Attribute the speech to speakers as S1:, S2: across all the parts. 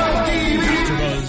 S1: AfterBuzz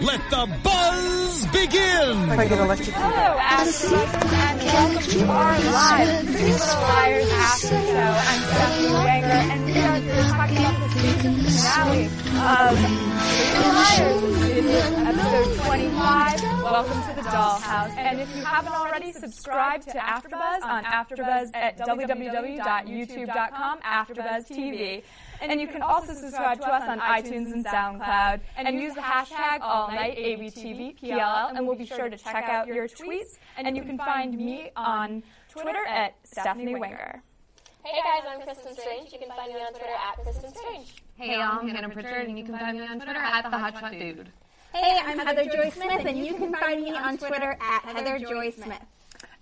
S1: let the buzz begin.
S2: Hello, Ashley, and welcome to our live Inspires After Show. I'm Stephanie Wenger, and we are here talking about the season finale of Inspires. It is episode 25. Welcome to the Dollhouse. And if you haven't already, subscribe to uh, AfterBuzz on AfterBuzz at www.youtube.com AfterBuzz TV. And you can also subscribe to us on iTunes and SoundCloud. And use the hashtag all night ABTVPLL, and we'll be sure to check out your tweets. And you can find me on Twitter at Stephanie Wenger.
S3: Hey guys, I'm Kristen Strange. You can find me on Twitter at Kristen Strange.
S4: Hey, I'm Hannah Pritchard, and you can find me on Twitter at the Hotshot Dude.
S5: Hey, I'm Heather Joy Smith, and you can find me on Twitter at Heather Joy Smith.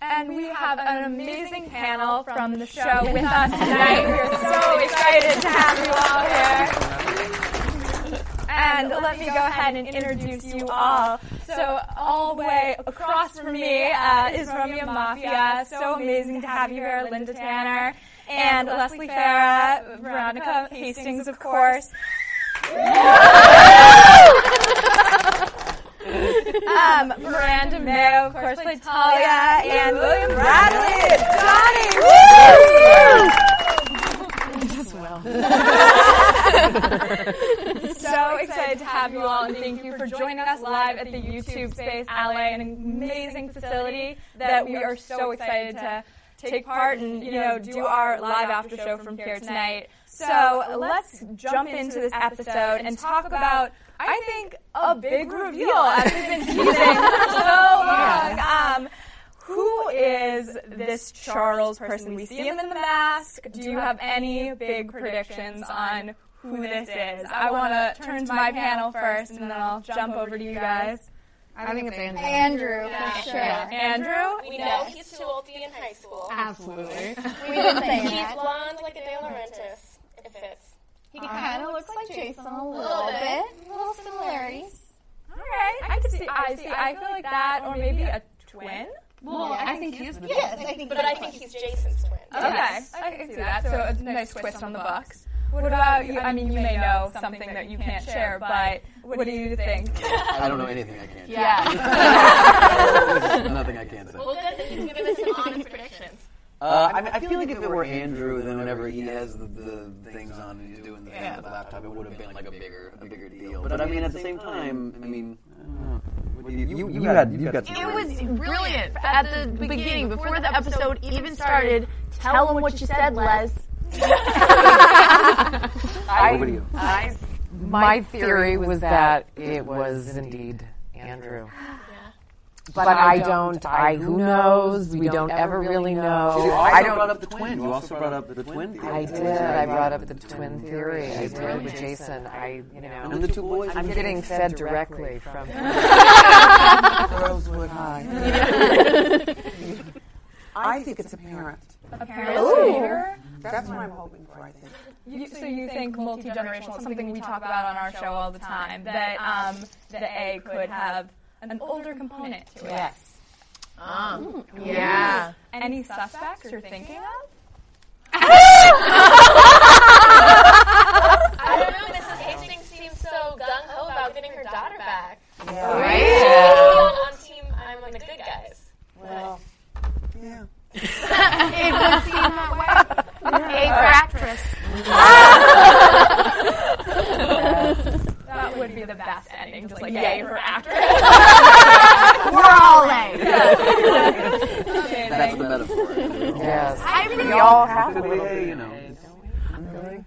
S2: And we have an amazing panel from the show with us tonight. We're so excited to have you all here. And let me go ahead and introduce you all. So, all the way across from me uh, is Romeo Mafia. So amazing to have you here, Linda Tanner, and Leslie Farah, Veronica Hastings, of course. um, Miranda Mayo, of course, played Talia, and William Bradley, Johnny. so excited to have you all, and thank you for joining us live at the YouTube Space Alley, an amazing facility that we are so excited to take part and you know do our live after show from here tonight. So let's jump into this episode and talk about. I think a big reveal as we've been teasing for so long. Um, who is this Charles person? We see him in the mask. Do you have any big predictions on who this is? I want to turn to my panel first, and then I'll jump over to you guys.
S4: I think it's Andrew.
S5: Andrew, for sure.
S2: Andrew,
S3: We know he's too old to be in high school.
S4: Absolutely.
S5: We didn't say
S3: He's
S5: that.
S3: blonde like a De Laurentiis. It fits.
S5: He kind of looks like Jason a little bit. Little similarities.
S2: all right. I could see. I see. I feel like that, or maybe a twin.
S4: Well, I think he is the
S5: Yes, I think.
S3: But I think he's Jason's twin.
S2: Okay, I can see that. So a nice twist on the Bucks. What about you? I mean, you may know something that you can't share, but what do you think?
S6: I don't know anything I can't.
S2: Yeah.
S6: There's nothing I can't say.
S3: Well, good that he's given us some honest predictions.
S6: Uh, I, mean, I feel like if it were Andrew, then whenever he has the, the things on and he's doing the thing on the laptop, it would have been like a bigger, a bigger deal. But I mean, at the same time, I mean, I don't know. What do you, you, you had, you got some.
S4: It was brilliant at the beginning, before the episode even started. Tell him what you said, Les.
S6: What do you?
S7: My theory was that it was indeed Andrew. But I don't, I, who knows? We don't ever really
S6: You
S7: know.
S6: also brought up the twin. You also brought up the twin. theory.
S7: I did, I brought up the twin theory. I did with Jason. I, you
S6: And
S7: know,
S6: the two boys.
S7: I'm getting fed directly from.
S8: Rosewood High. I think it's apparent. That's what I'm hoping for, I think.
S2: You, so you think multi generational, something we talk about on our show all the time, that um, the A could have an older component to it? Yes.
S4: Yeah.
S2: Any suspects you're thinking of?
S3: I don't know. Mrs. Hastings seems so gung ho about getting her daughter back.
S7: Yeah.
S3: On, on team, I'm on the good guys.
S8: Well,
S7: No.
S8: Yeah.
S4: It would seem that way. A for actress. that would be the best ending. Just like A for actress. We're all A.
S6: That's the metaphor.
S7: Yes.
S4: I
S7: we
S4: feel,
S7: all have a
S6: Well,
S7: little
S6: hey, you know.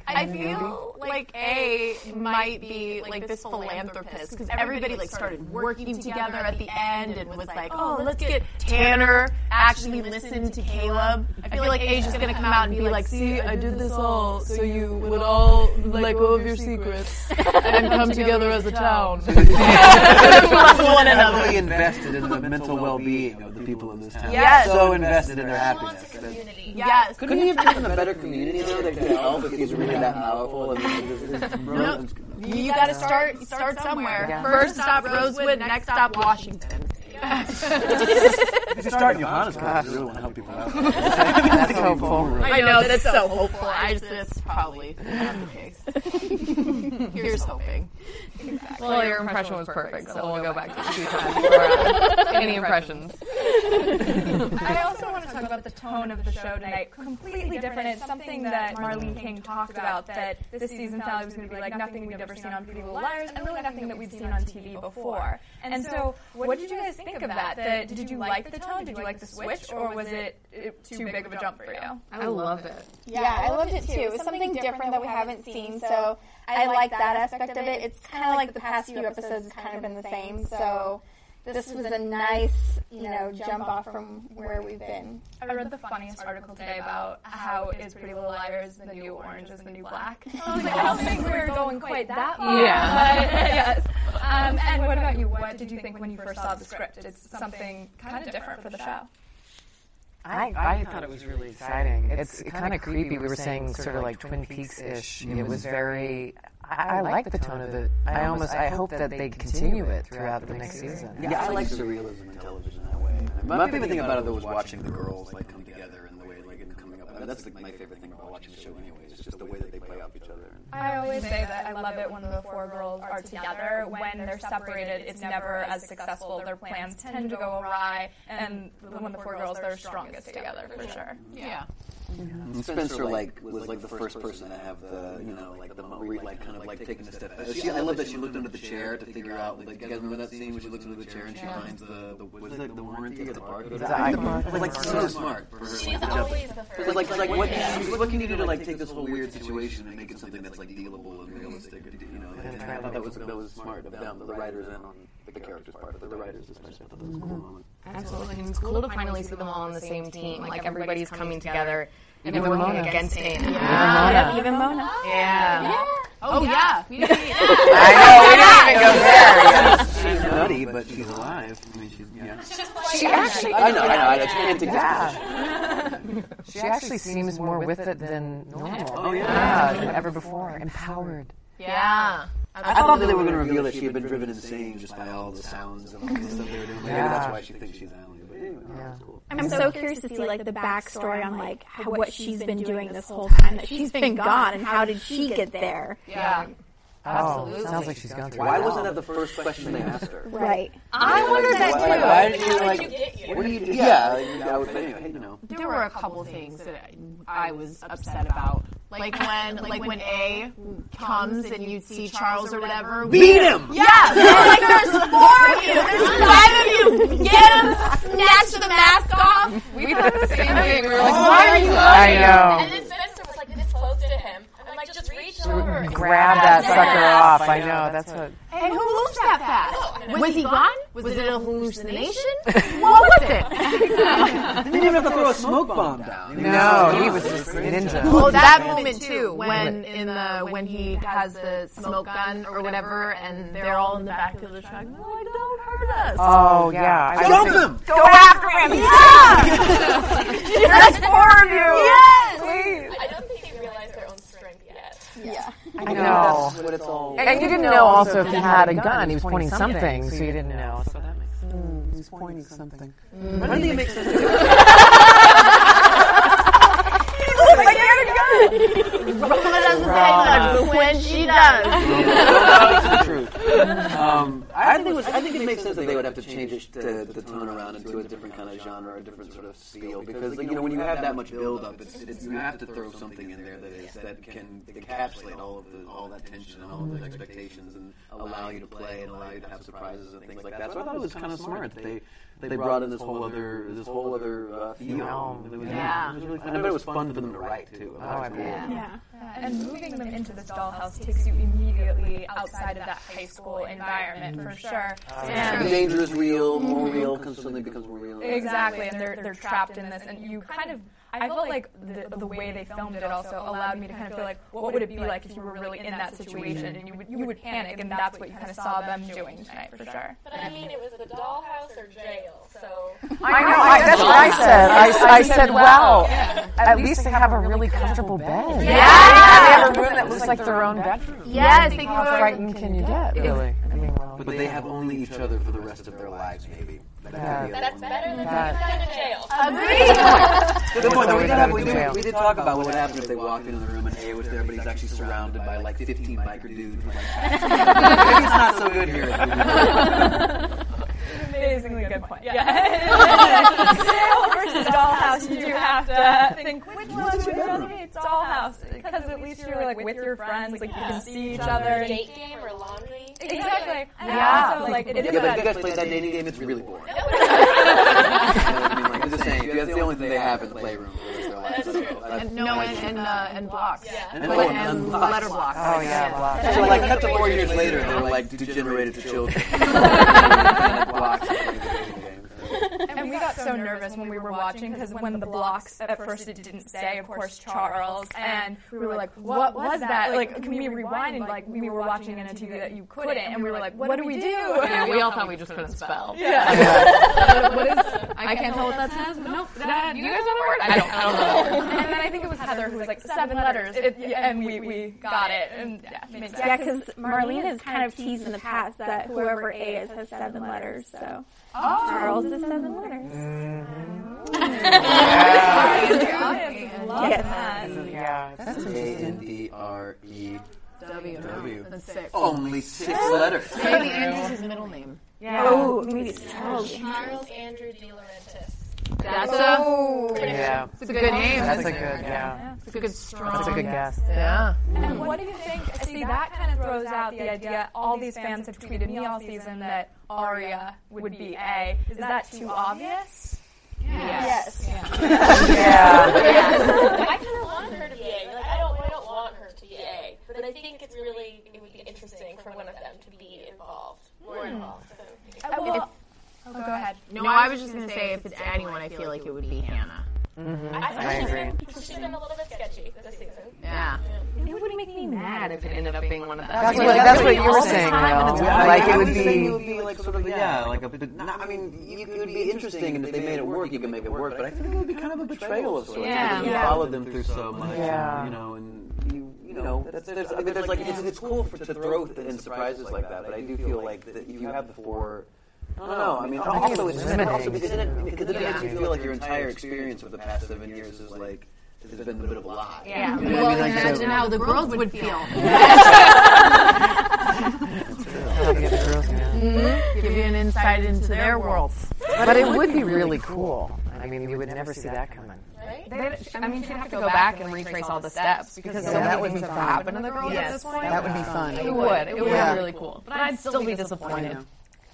S4: I feel like A might be like this philanthropist because everybody like started working together at the end and was like, oh, let's get Tanner actually listened to Caleb. I feel like A's just gonna come out and be like, see, I did this all so you would all let go of your secrets and come together as a town. Love one another.
S6: Heavily invested in the mental well-being of the people of this town.
S4: Yes.
S6: So invested in their happiness.
S4: Yes.
S6: Couldn't we have chosen a better community though? That could help if he's really that powerful. I mean, it's- it's- it's brilliant.
S4: You gotta start start somewhere. First stop Rosewood, next stop Washington.
S6: If you start in Johannesburg, you really want to help people out.
S7: That's hopeful.
S4: I know that's so hopeful. I just that's probably not the case. Here's hoping.
S9: Well, your impression was perfect, so we'll go back to it a few times. for, uh, Any impressions?
S2: I also want to talk about the tone of the show tonight. Completely different. It's something that Marlene King talked about that this season finale was going to be like nothing we've ever seen on Pretty Little Liars, and really nothing that we've seen on TV before. And so, what did you guys think of that? That did you like the tone? Did you like the switch, or was it uh, too big of a jump for you?
S9: I loved it.
S5: Yeah, I loved it too. It was something different that we haven't seen, so I like that aspect of it. It's kind of like the past few episodes has kind of been the same, so this was a nice, you know, jump off from where we've been.
S2: I read the funniest article today about how is Pretty Little Liars the new orange is the new black. I was like, I don't think we're going quite that far.
S9: Yeah.
S2: but yes. Um, and what about you? What did you think when you first saw the script? It's something kind of different for the show.
S7: I, I thought it was really exciting. It's, kind of creepy. We were saying sort of like Twin Peaks ish. It was very. I, I like the tone of it. I almost. I hope that they continue it throughout the next season.
S6: Yeah, I like surrealism in television that way. My, favorite thing about it though was watching the girls like come together and the way like and coming up. I mean, that's like my favorite thing about watching the show, anyways. It's just the way that they play off each other.
S2: I always say that I love it when the four girls are together. When they're separated, it's never as successful. Their plans tend to go awry. And when the four girls, they're strongest together for sure.
S9: Yeah.
S6: And Spencer like was like the first person to have the you know like the mo- where, like kind of like taking a step. back. She, I love that she looked under the chair to figure out. Like, you guys remember that scene where she looks under the chair and she finds the, the was it the warranty or the barcode? Like, like so smart for her. She's
S5: Always the
S6: It's like, it's like what, what can you do to like take this whole weird situation and make it something that's like dealable and realistic? You know, and I thought that was that was smart of them, the writers and on the characters part, but the writers especially. I thought that was a cool moment.
S9: Absolutely. And it's cool to finally see them all on the same team. Like, everybody's coming together and they're working against Dana. Yeah.
S3: Even Mona.
S9: Yeah.
S4: Oh yeah.
S7: I know, we didn't even go there.
S6: She's nutty, but she's alive. I mean, she's yeah.
S7: She actually,
S6: I know, I know, I know. It's antic.
S7: yeah. She actually seems more with it than normal.
S6: Oh yeah.
S7: Yeah, than ever before. Empowered.
S9: Yeah.
S6: I thought that they were going to reveal that she had been driven insane just by all the sounds and all the stuff they were doing. Maybe that's why she thinks she's Allie. But anyway, that's cool.
S5: Oh,
S3: I'm so curious to see like the backstory on like how, what she's been doing this whole time that she's been gone and how did she get there?
S9: Yeah.
S7: Absolutely. Oh, sounds like she's gone through.
S6: Why
S7: it all.
S6: wasn't that the first question they asked her?
S3: Right.
S9: I wondered that
S6: Why,
S9: too.
S6: why did you like? What do you? do? Yeah, I would. But anyway, you know.
S9: There were a couple things that I was upset about. Like when, like when A comes and you see Charles or whatever.
S6: Beat him!
S9: Yeah,
S4: Oh
S9: they're like there's four of you, there's five of you. Get him, snatch the mask off. We thought the same thing. We were like, why are you?
S7: I know.
S5: And then Spencer was like this close to him. I'm like, just reach over. and
S7: Grab that sucker off. I know. That's what.
S9: And who moves that fast? Was he gone? Was it a hallucination? What was it?
S6: They didn't even have to throw a smoke bomb down.
S7: No, he was just ninja.
S9: Oh, that moment too, when in the when he has the smoke gun or whatever, and they're all in the back of the truck. Like, don't hurt us.
S7: Oh yeah. I was
S6: Jump
S7: thinking-
S6: him!
S4: Go after him. Yeah. There's four of you. Yes.
S5: I don't think they realized their own strength yet.
S7: I know.
S6: But it's all.
S7: And you didn't know also if he had a gun. He was pointing something, so you didn't know. So that makes sense.
S8: He was Hmm, pointing something. Hmm.
S6: None of it makes sense.
S9: But when she does, Uh.
S6: That's the truth. Um, I think it was. I think it makes sense that they would have to change it to, the tone around into a different kind of genre, a different sort of feel. Because like, you know, when you have that much build up, it's, it's you have to throw something in there that is that can encapsulate all of the, all that tension and all of those expectations and allow you to play and allow you to have surprises and things like that. So I thought it was kind of smart. that They they brought in this whole other this whole other uh, feel. It was,
S4: Yeah.
S6: it was really fun. I bet it was fun for them to write too. I thought it was cool.
S10: Yeah.
S2: And moving them into this dollhouse takes you immediately outside of that high school environment for sure.
S9: Ah.
S6: The
S2: And
S6: danger is real, more
S7: Mm-hmm.
S6: real, because suddenly becomes more real.
S2: exactly, and they're they're trapped in this, and you kind of. I felt like the, the way they filmed it also allowed me to kind of feel like what would it be like if you were really in that situation and you would you would panic and that's what you kind of saw them doing tonight for sure.
S3: But I mean, it was the dollhouse or jail, so.
S7: I know. I, that's what I said. I, I said, wow. At least they have a really comfortable bed. Yeah. They have a room that looks like their own bedroom.
S4: Yes, they can
S7: How
S4: go
S7: frightened can you get, really? I mean, well,
S6: But they have only each other for the rest of their lives, maybe. That could be a
S3: That's
S6: one.
S3: better than
S7: That-
S3: being in jail.
S6: Good point, though. We,
S7: always
S6: did have-
S7: gotta
S6: we
S7: be
S6: did,
S7: jail.
S6: we did talk about what would happen if they walked into the room and A was there, but he's actually surrounded by like 15 biker dudes. with, Like, maybe it's not so good here.
S2: Amazingly good point. Yeah. Jail versus dollhouse, you do have to think which one
S6: What's
S2: would
S6: your
S2: you rather
S6: bedroom?
S2: be? It's dollhouse because at least you're like with your friends, like you can see each other. and-
S3: Date game or laundry.
S2: Exactly. Yeah. Also, like it
S6: Yeah, but
S2: is
S6: if you
S2: about
S6: guys played that dating game, it's really boring. You know what I mean? Like, I'm just saying, that's the only thing they have in the playroom for the rest of their lives. That's-
S4: No, and and, uh, and blocks.
S6: And then they want
S4: And
S6: unlocks.
S4: letter blocks.
S7: oh, yeah. Blah.
S6: So like cut to four years later, they're like degenerated to children. Blocks.
S2: And we got so nervous when we were watching because when the blocks at first it didn't say, of course, Charles, and we were like, what was that? Like, can we rewind? And like, we were watching in a TV that you couldn't, and we were like, what do we do?
S4: Yeah, we all thought we just couldn't spell.
S2: What is?
S4: I can't tell what that says. but Nope. That, you guys know the word? I don't. I don't know.
S2: And then I think it was Heather who was like seven letters, It- yeah, and we we got it, and yeah, it made sense.
S10: Yeah, because Marlene has kind of teased in the past that whoever A is has seven letters, so
S4: Oh.
S5: Oh.
S10: Charles is seven letters. Yes.
S7: Yeah. That's
S6: A N D R E
S4: W.
S6: W.
S4: That's six.
S6: Only six letters.
S4: Maybe Andrew's his middle name.
S10: Oh, maybe it's Charles.
S3: Charles Andrew De Laurentiis.
S4: That's a,
S7: yeah.
S4: it's a good name.
S7: That's a good, yeah.
S4: It's a good strong.
S7: That's a good guess.
S4: Yeah.
S2: And what do you think? See, that kind of throws out the idea. All these fans have tweeted me all season that Aria would be A. Is that too obvious?
S5: Yes.
S7: Yeah.
S3: I kind of want her to be A. Like I don't, I don't want her to be A, but I think it's really it would be interesting for one of them to be involved, more involved. So,
S4: Uh,
S2: Oh, go ahead.
S4: No, I was just gonna say if it's anyone, I feel like it would be Hannah.
S6: Mm-hmm.
S3: I, I
S7: agree.
S3: She's been a little bit sketchy this season.
S4: Yeah. It would make me mad if it ended up being one of them.
S7: That's what, that's what you were saying, though.
S6: Yeah,
S7: Like,
S6: I
S7: it
S6: was
S7: would
S6: saying it
S7: be.
S6: would be like sort of a, yeah, like a. But not, I mean, you, it would be interesting, and if they made it work, you could make it work. But I think it would be kind of a betrayal of sorts.
S4: Yeah.
S6: because You followed them through so much, and,
S7: Yeah.
S6: you know, and you, you know, that's, there's, I mean, there's like it's, it's cool for, to throw in surprises like that. But I do feel like that you have the four. I don't know. I mean, also it's
S7: limiting.
S6: also because then it, because then it makes you feel like your entire experience with the past seven years is like has been a bit of a lie.
S4: Yeah. Well, imagine how the girls would feel. Give you an insight into their worlds.
S7: But it would be really cool. I mean, you would never see that coming.
S4: I mean, she'd have to go back and retrace all the steps because so
S9: that
S4: many
S9: would be
S4: things have
S9: fun.
S4: happened to the girls at this point.
S9: That would be fun.
S4: It would. It would
S9: Yeah.
S4: be really cool. But I'd still be disappointed.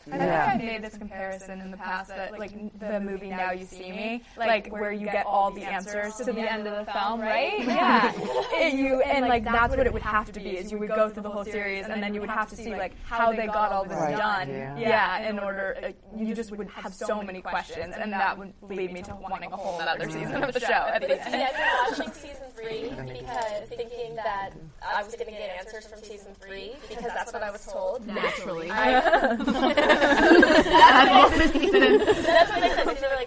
S2: I think I made this comparison in the past that, like, n- the movie Now You See Me, like, where you get all the answers to the end of the film, right? Yeah. And you, and, like, that's what it would have to be, is you would go through the whole series, and then you would have to see, like, how they got all this
S7: Right.
S2: done.
S7: Yeah.
S2: Yeah, in order, like, you just would have so many questions, and that would lead me to wanting a whole other season of the show at the
S3: But see,
S2: end.
S3: I've been watching season three because thinking that I was going to get answers from season three because that's what I was told.
S4: Naturally.
S3: That's what they said. They were like,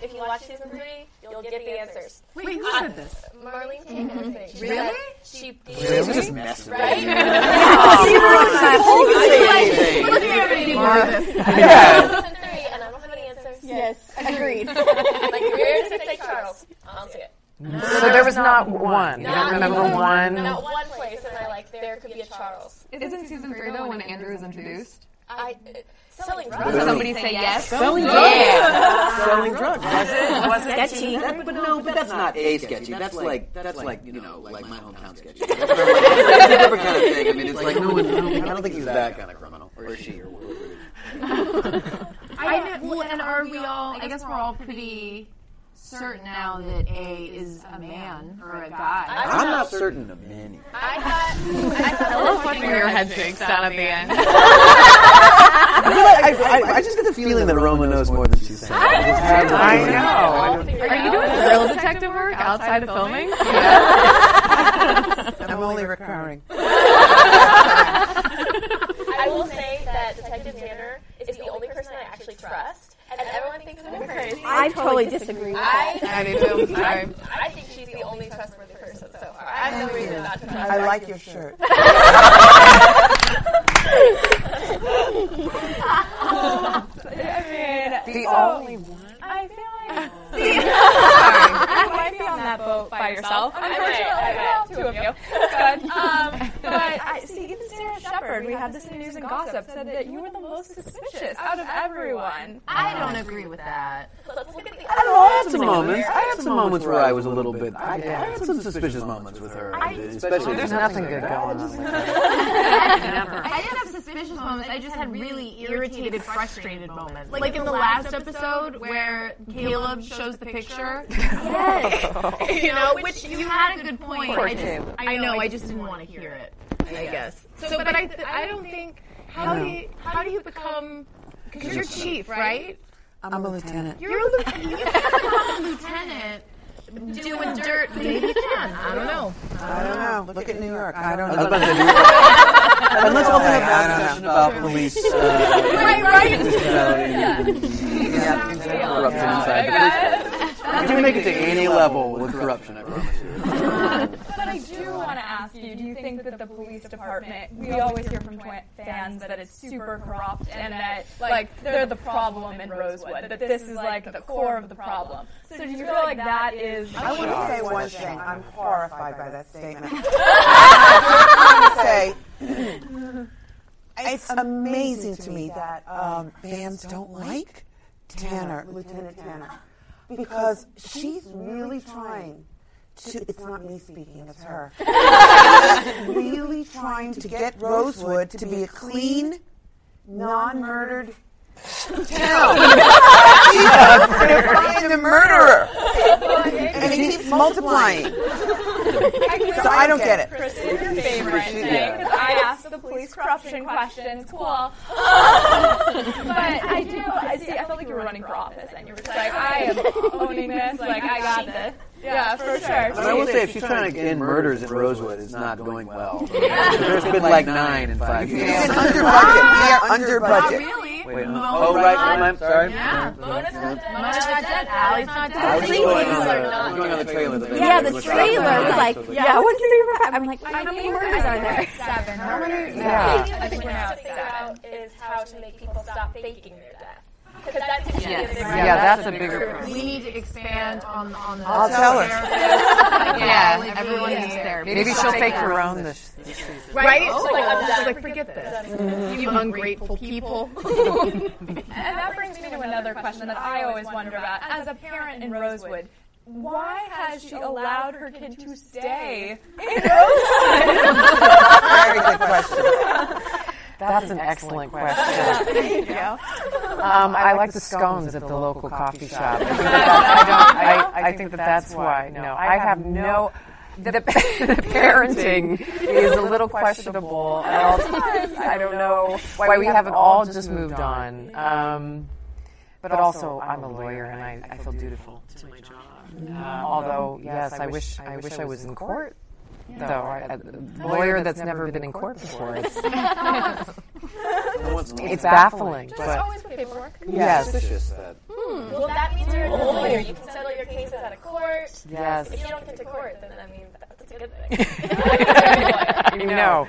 S3: if you watch season three, you'll get the answers.
S4: Wait, who said this?
S3: Marlene came
S2: Mm-hmm.
S3: in and said she
S4: Really?
S3: She
S6: It's just messing with you.
S3: season three, and I don't have any answers.
S5: Yes. Agreed.
S3: Like, where does it say Charles? I don't see it.
S7: So there was not one. You don't remember one?
S3: Not one place am I like, there could be a Charles.
S4: Isn't season three though when Andrew is introduced?
S3: I, uh, selling drugs.
S6: Really?
S9: Somebody say yes.
S6: Selling
S9: Yeah.
S6: drugs.
S9: Yeah.
S6: Selling drugs.
S9: Was it- was it sketchy?
S6: That- but no, but that's not a sketchy. That's like that's like you know like my hometown sketchy. That's not like- it's a different kind of thing. I mean, it's like no one. no one- I don't think he's that kind of criminal, or she, or whatever. it is.
S4: I know. Well, and are we all? I guess we're all pretty certain now that A is a man or a guy.
S6: I'm not certain of many.
S3: I thought.
S4: I
S3: thought
S9: Watching your head shake down at the end.
S6: I, feel like I, I, I just get the feeling that Roma knows more than she thinks. I just have that
S9: I
S6: feeling.
S9: know. Are you doing real detective work outside of filming?
S8: I'm only recurring.
S3: I will say that Detective Tanner is the only person I actually trust, and everyone thinks I'm crazy.
S10: I totally disagree with
S3: I,
S10: that.
S9: I do too. Sorry.
S3: I think she's the only trustworthy person so far. I have no reason not to trust
S8: I
S3: her.
S8: like your shirt.
S2: I mean,
S7: The
S2: so-
S7: only one.
S2: I feel like
S9: Sorry.
S2: you might be on that boat by yourself.
S3: Unfortunately,
S2: Unfortunately, two of you. Good. Um, but I see, even Sarah Shepard, we had this in News and Gossip, said that you were the most suspicious out of everyone.
S4: I don't agree with that.
S3: Let's look at the
S6: I, know, I had some moments. I had some moments where I was a little bit. I, I had some suspicious moments with her, especially.
S7: There's nothing good going on.
S4: I didn't have suspicious moments. I just had really irritated, frustrated moments. Like, in the last episode where Caleb shows the picture. Yes. you know, which you had a good point. I, just, I know. I just didn't want to hear it. I guess. So, but I, I don't think how do you how do you become because you're chief, right?
S8: I'm a lieutenant.
S4: You're a lieutenant. You can't become a lieutenant doing dirt. Maybe you can. I don't know.
S8: I don't know. Look at New York. I don't
S6: I was
S8: know.
S6: about to say, Unless all they have
S8: I don't
S6: that discussion about police. Uh,
S4: Right, right.
S6: corruption inside the police. I can make it to any level with corruption, I promise you.
S2: But I do want to ask you: Do you think that the police department? We always hear from twi- fans that it's super corrupt and that like they're the problem in Rosewood. That this is like the core of the problem. So do you feel like that is?
S8: I want to say one thing. I'm horrified by that statement. I want to say it's amazing to me that um, fans don't like Tanner, Lieutenant Tanner, because she's really trying. To, it's not me speaking, it's her. She's really trying to get Rosewood to be a clean, non murdered town. They're finding the murderer and it keeps multiplying. so I don't get it.
S2: Christine, your favorite thing. 'Cause I asked the police corruption questions. Cool. but I do. I see. I felt like you were running for office, and you were just like, I am owning this. Like I got this. Yeah, for
S6: But I will
S2: sure.
S6: say, if she's trying to end murders at Rosewood, it's not going well. There's been like nine in five years.
S8: It's under budget. We are under budget.
S4: Really?
S6: Wait, no. Oh, right, I'm- I'm sorry.
S4: Yeah.
S3: bonus not dead.
S4: Mona's not dead. Allie's not dead.
S6: I was
S4: Please.
S6: going on the, I was going on the trailer. that they
S10: Yeah,
S6: made
S10: the
S6: with
S10: trailer
S6: Robin
S10: was
S6: Williams.
S10: like, yeah, when can we wrap? I'm like, how many murders are there?
S2: Seven.
S7: Yeah.
S3: I think we have to figure out is how to make people stop faking their death. Because that seems to be a big
S7: Yeah, that's a bigger problem.
S4: We need to expand on on the.
S8: I'll tell her.
S9: Yeah, everyone needs therapy.
S7: Maybe she'll take her own this.
S4: Right? Oh, It's like, I'm just like, forget this. You Mm-hmm. ungrateful people.
S2: And that brings me to another question that I always wonder about. As a parent in Rosewood, why has she allowed her kid to stay in Rosewood?
S8: Very good question.
S7: That's an excellent question. Um, I like the scones at the local coffee shop. I think that- I don't- I- I think that that's why. No, I have no. The, the parenting is a little questionable at all times. I don't know why we haven't all just moved on. Um, but also, I'm a lawyer and I, I feel dutiful to my job. Uh, although, yes, I wish I wish I was in court. Though, I- a lawyer that's never been in court before. It's,
S6: No one's- no
S7: it's
S6: one's
S7: baffling.
S3: It's
S7: But
S3: always with paperwork. Hmm.
S7: yes, Oh.
S6: suspicious that-
S7: Hmm.
S3: Well, that means you're a lawyer. You can settle your cases out of court.
S7: yes.
S3: If you don't get to court, then I mean, that's a good thing.
S7: You know.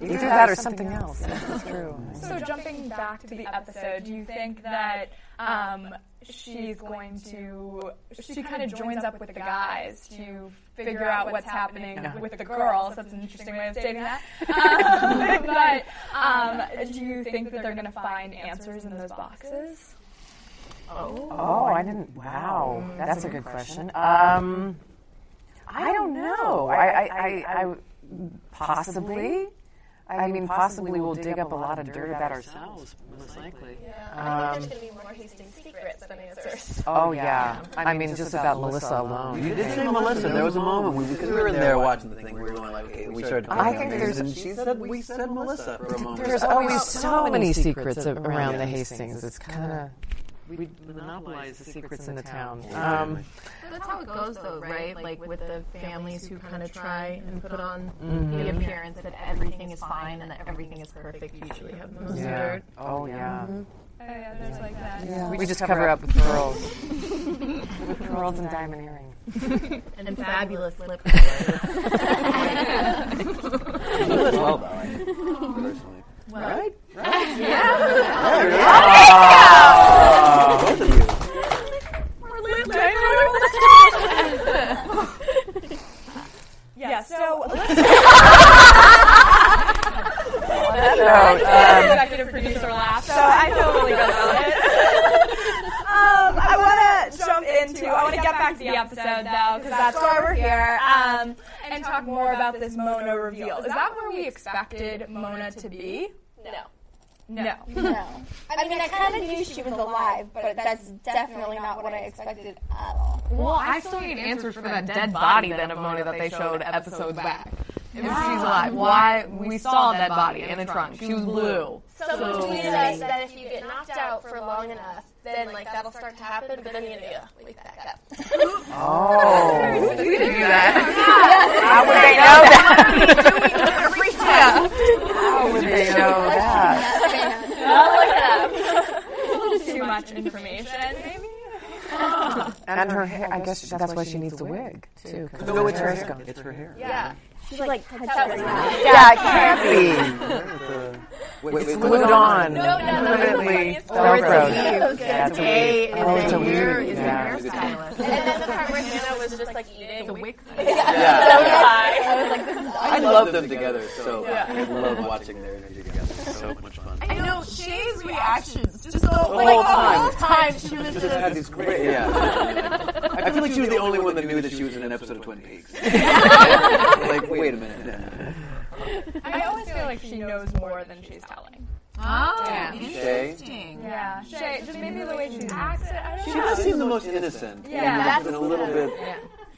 S7: Either that or something else. That's true.
S2: So jumping back to the episode, do you think that um, she's going to she kind of joins up with the guys to figure out what's happening with the girls. That's an interesting way of stating that. Um, but um, do you think that they're going to find answers in those boxes?
S7: Oh, I didn't. Wow, that's, a good question. Um, I don't know. I, I, I, I possibly. I mean, possibly we'll dig up a lot of dirt about ourselves, most likely.
S3: I think there's going to be more Hastings secrets than answers.
S7: Oh yeah. I mean, just about Melissa alone.
S6: You did say Melissa. There was a moment when we, because we were there watching the thing, we were going like, okay, we started.
S7: I
S6: talking
S7: think
S6: about
S7: there's-
S6: this, and she said we said Melissa for a moment.
S7: There's always so many secrets a- around the Hastings. It's kind of we monopolize the secrets in the town. Um,
S4: That's how it goes, though, right? Like with the families who kind of try and put on
S7: Mhm.
S4: the appearance that everything is fine and that everything is perfect. You usually have Mm-hmm. the most
S7: yeah.
S4: dirt.
S7: Oh yeah.
S2: Oh yeah, there's like that.
S7: We, just cover up with pearls, pearls and diamond earrings.
S4: and fabulous lip color.
S6: As well, though, I think, personally. Right? Right? Yeah. Both of you.
S2: Yeah. so um, executive producer laugh. So I feel really good about it. um, I want to jump into, I want to get back to the episode though, because that's why we're here, um, and talk more about this Mona reveal. Is that where we expected Mona to be?
S3: No.
S2: No.
S5: No. I mean, I kind of knew she was alive, but that's definitely not what I expected at all.
S9: Well, I still need answers for that dead body then of Mona that they showed episodes back. If she's alive, why we saw a dead body in a trunk? She was blue.
S2: Oh.
S3: Someone tweeted us that if you get knocked out for long enough, then like that'll start to happen, but then you gotta wake back up.
S7: Oh, we didn't do that. How would Oh, they know that?
S2: Too much information, maybe?
S7: How would they know that? And her hair. I guess that's why she needs the wig too. 'cause
S6: No, it's
S7: her
S6: her
S7: hair's
S6: hair.
S7: gone.
S6: It's her hair.
S10: She's like, touched her
S7: Yeah, it can't be.
S6: Wait, wait, wait,
S7: Glued on.
S3: No, no, that's the funniest
S7: Velcro.
S4: That's a is
S7: Oh, it's
S4: a
S7: a
S4: year
S7: weird-
S4: is a
S7: yeah.
S4: hairstylist.
S3: And then the part where Hannah was just like eating.
S4: The wick
S6: I love them together so much. I love watching their energy together. It's so much fun.
S4: I know Shay's reactions just so
S6: The
S4: like
S6: whole
S4: all
S6: time.
S4: the time she was
S6: Just
S4: just
S6: had these great, yeah. I feel like she was the only one that knew that she was in an episode of Twin Peaks. like, wait a minute.
S2: I always feel like she knows more than she's telling.
S4: oh,
S6: Shay?
S2: Yeah. Shay, just maybe the way she acts, I don't
S6: She does seem the most innocent.
S2: Yeah.
S6: In a little bit,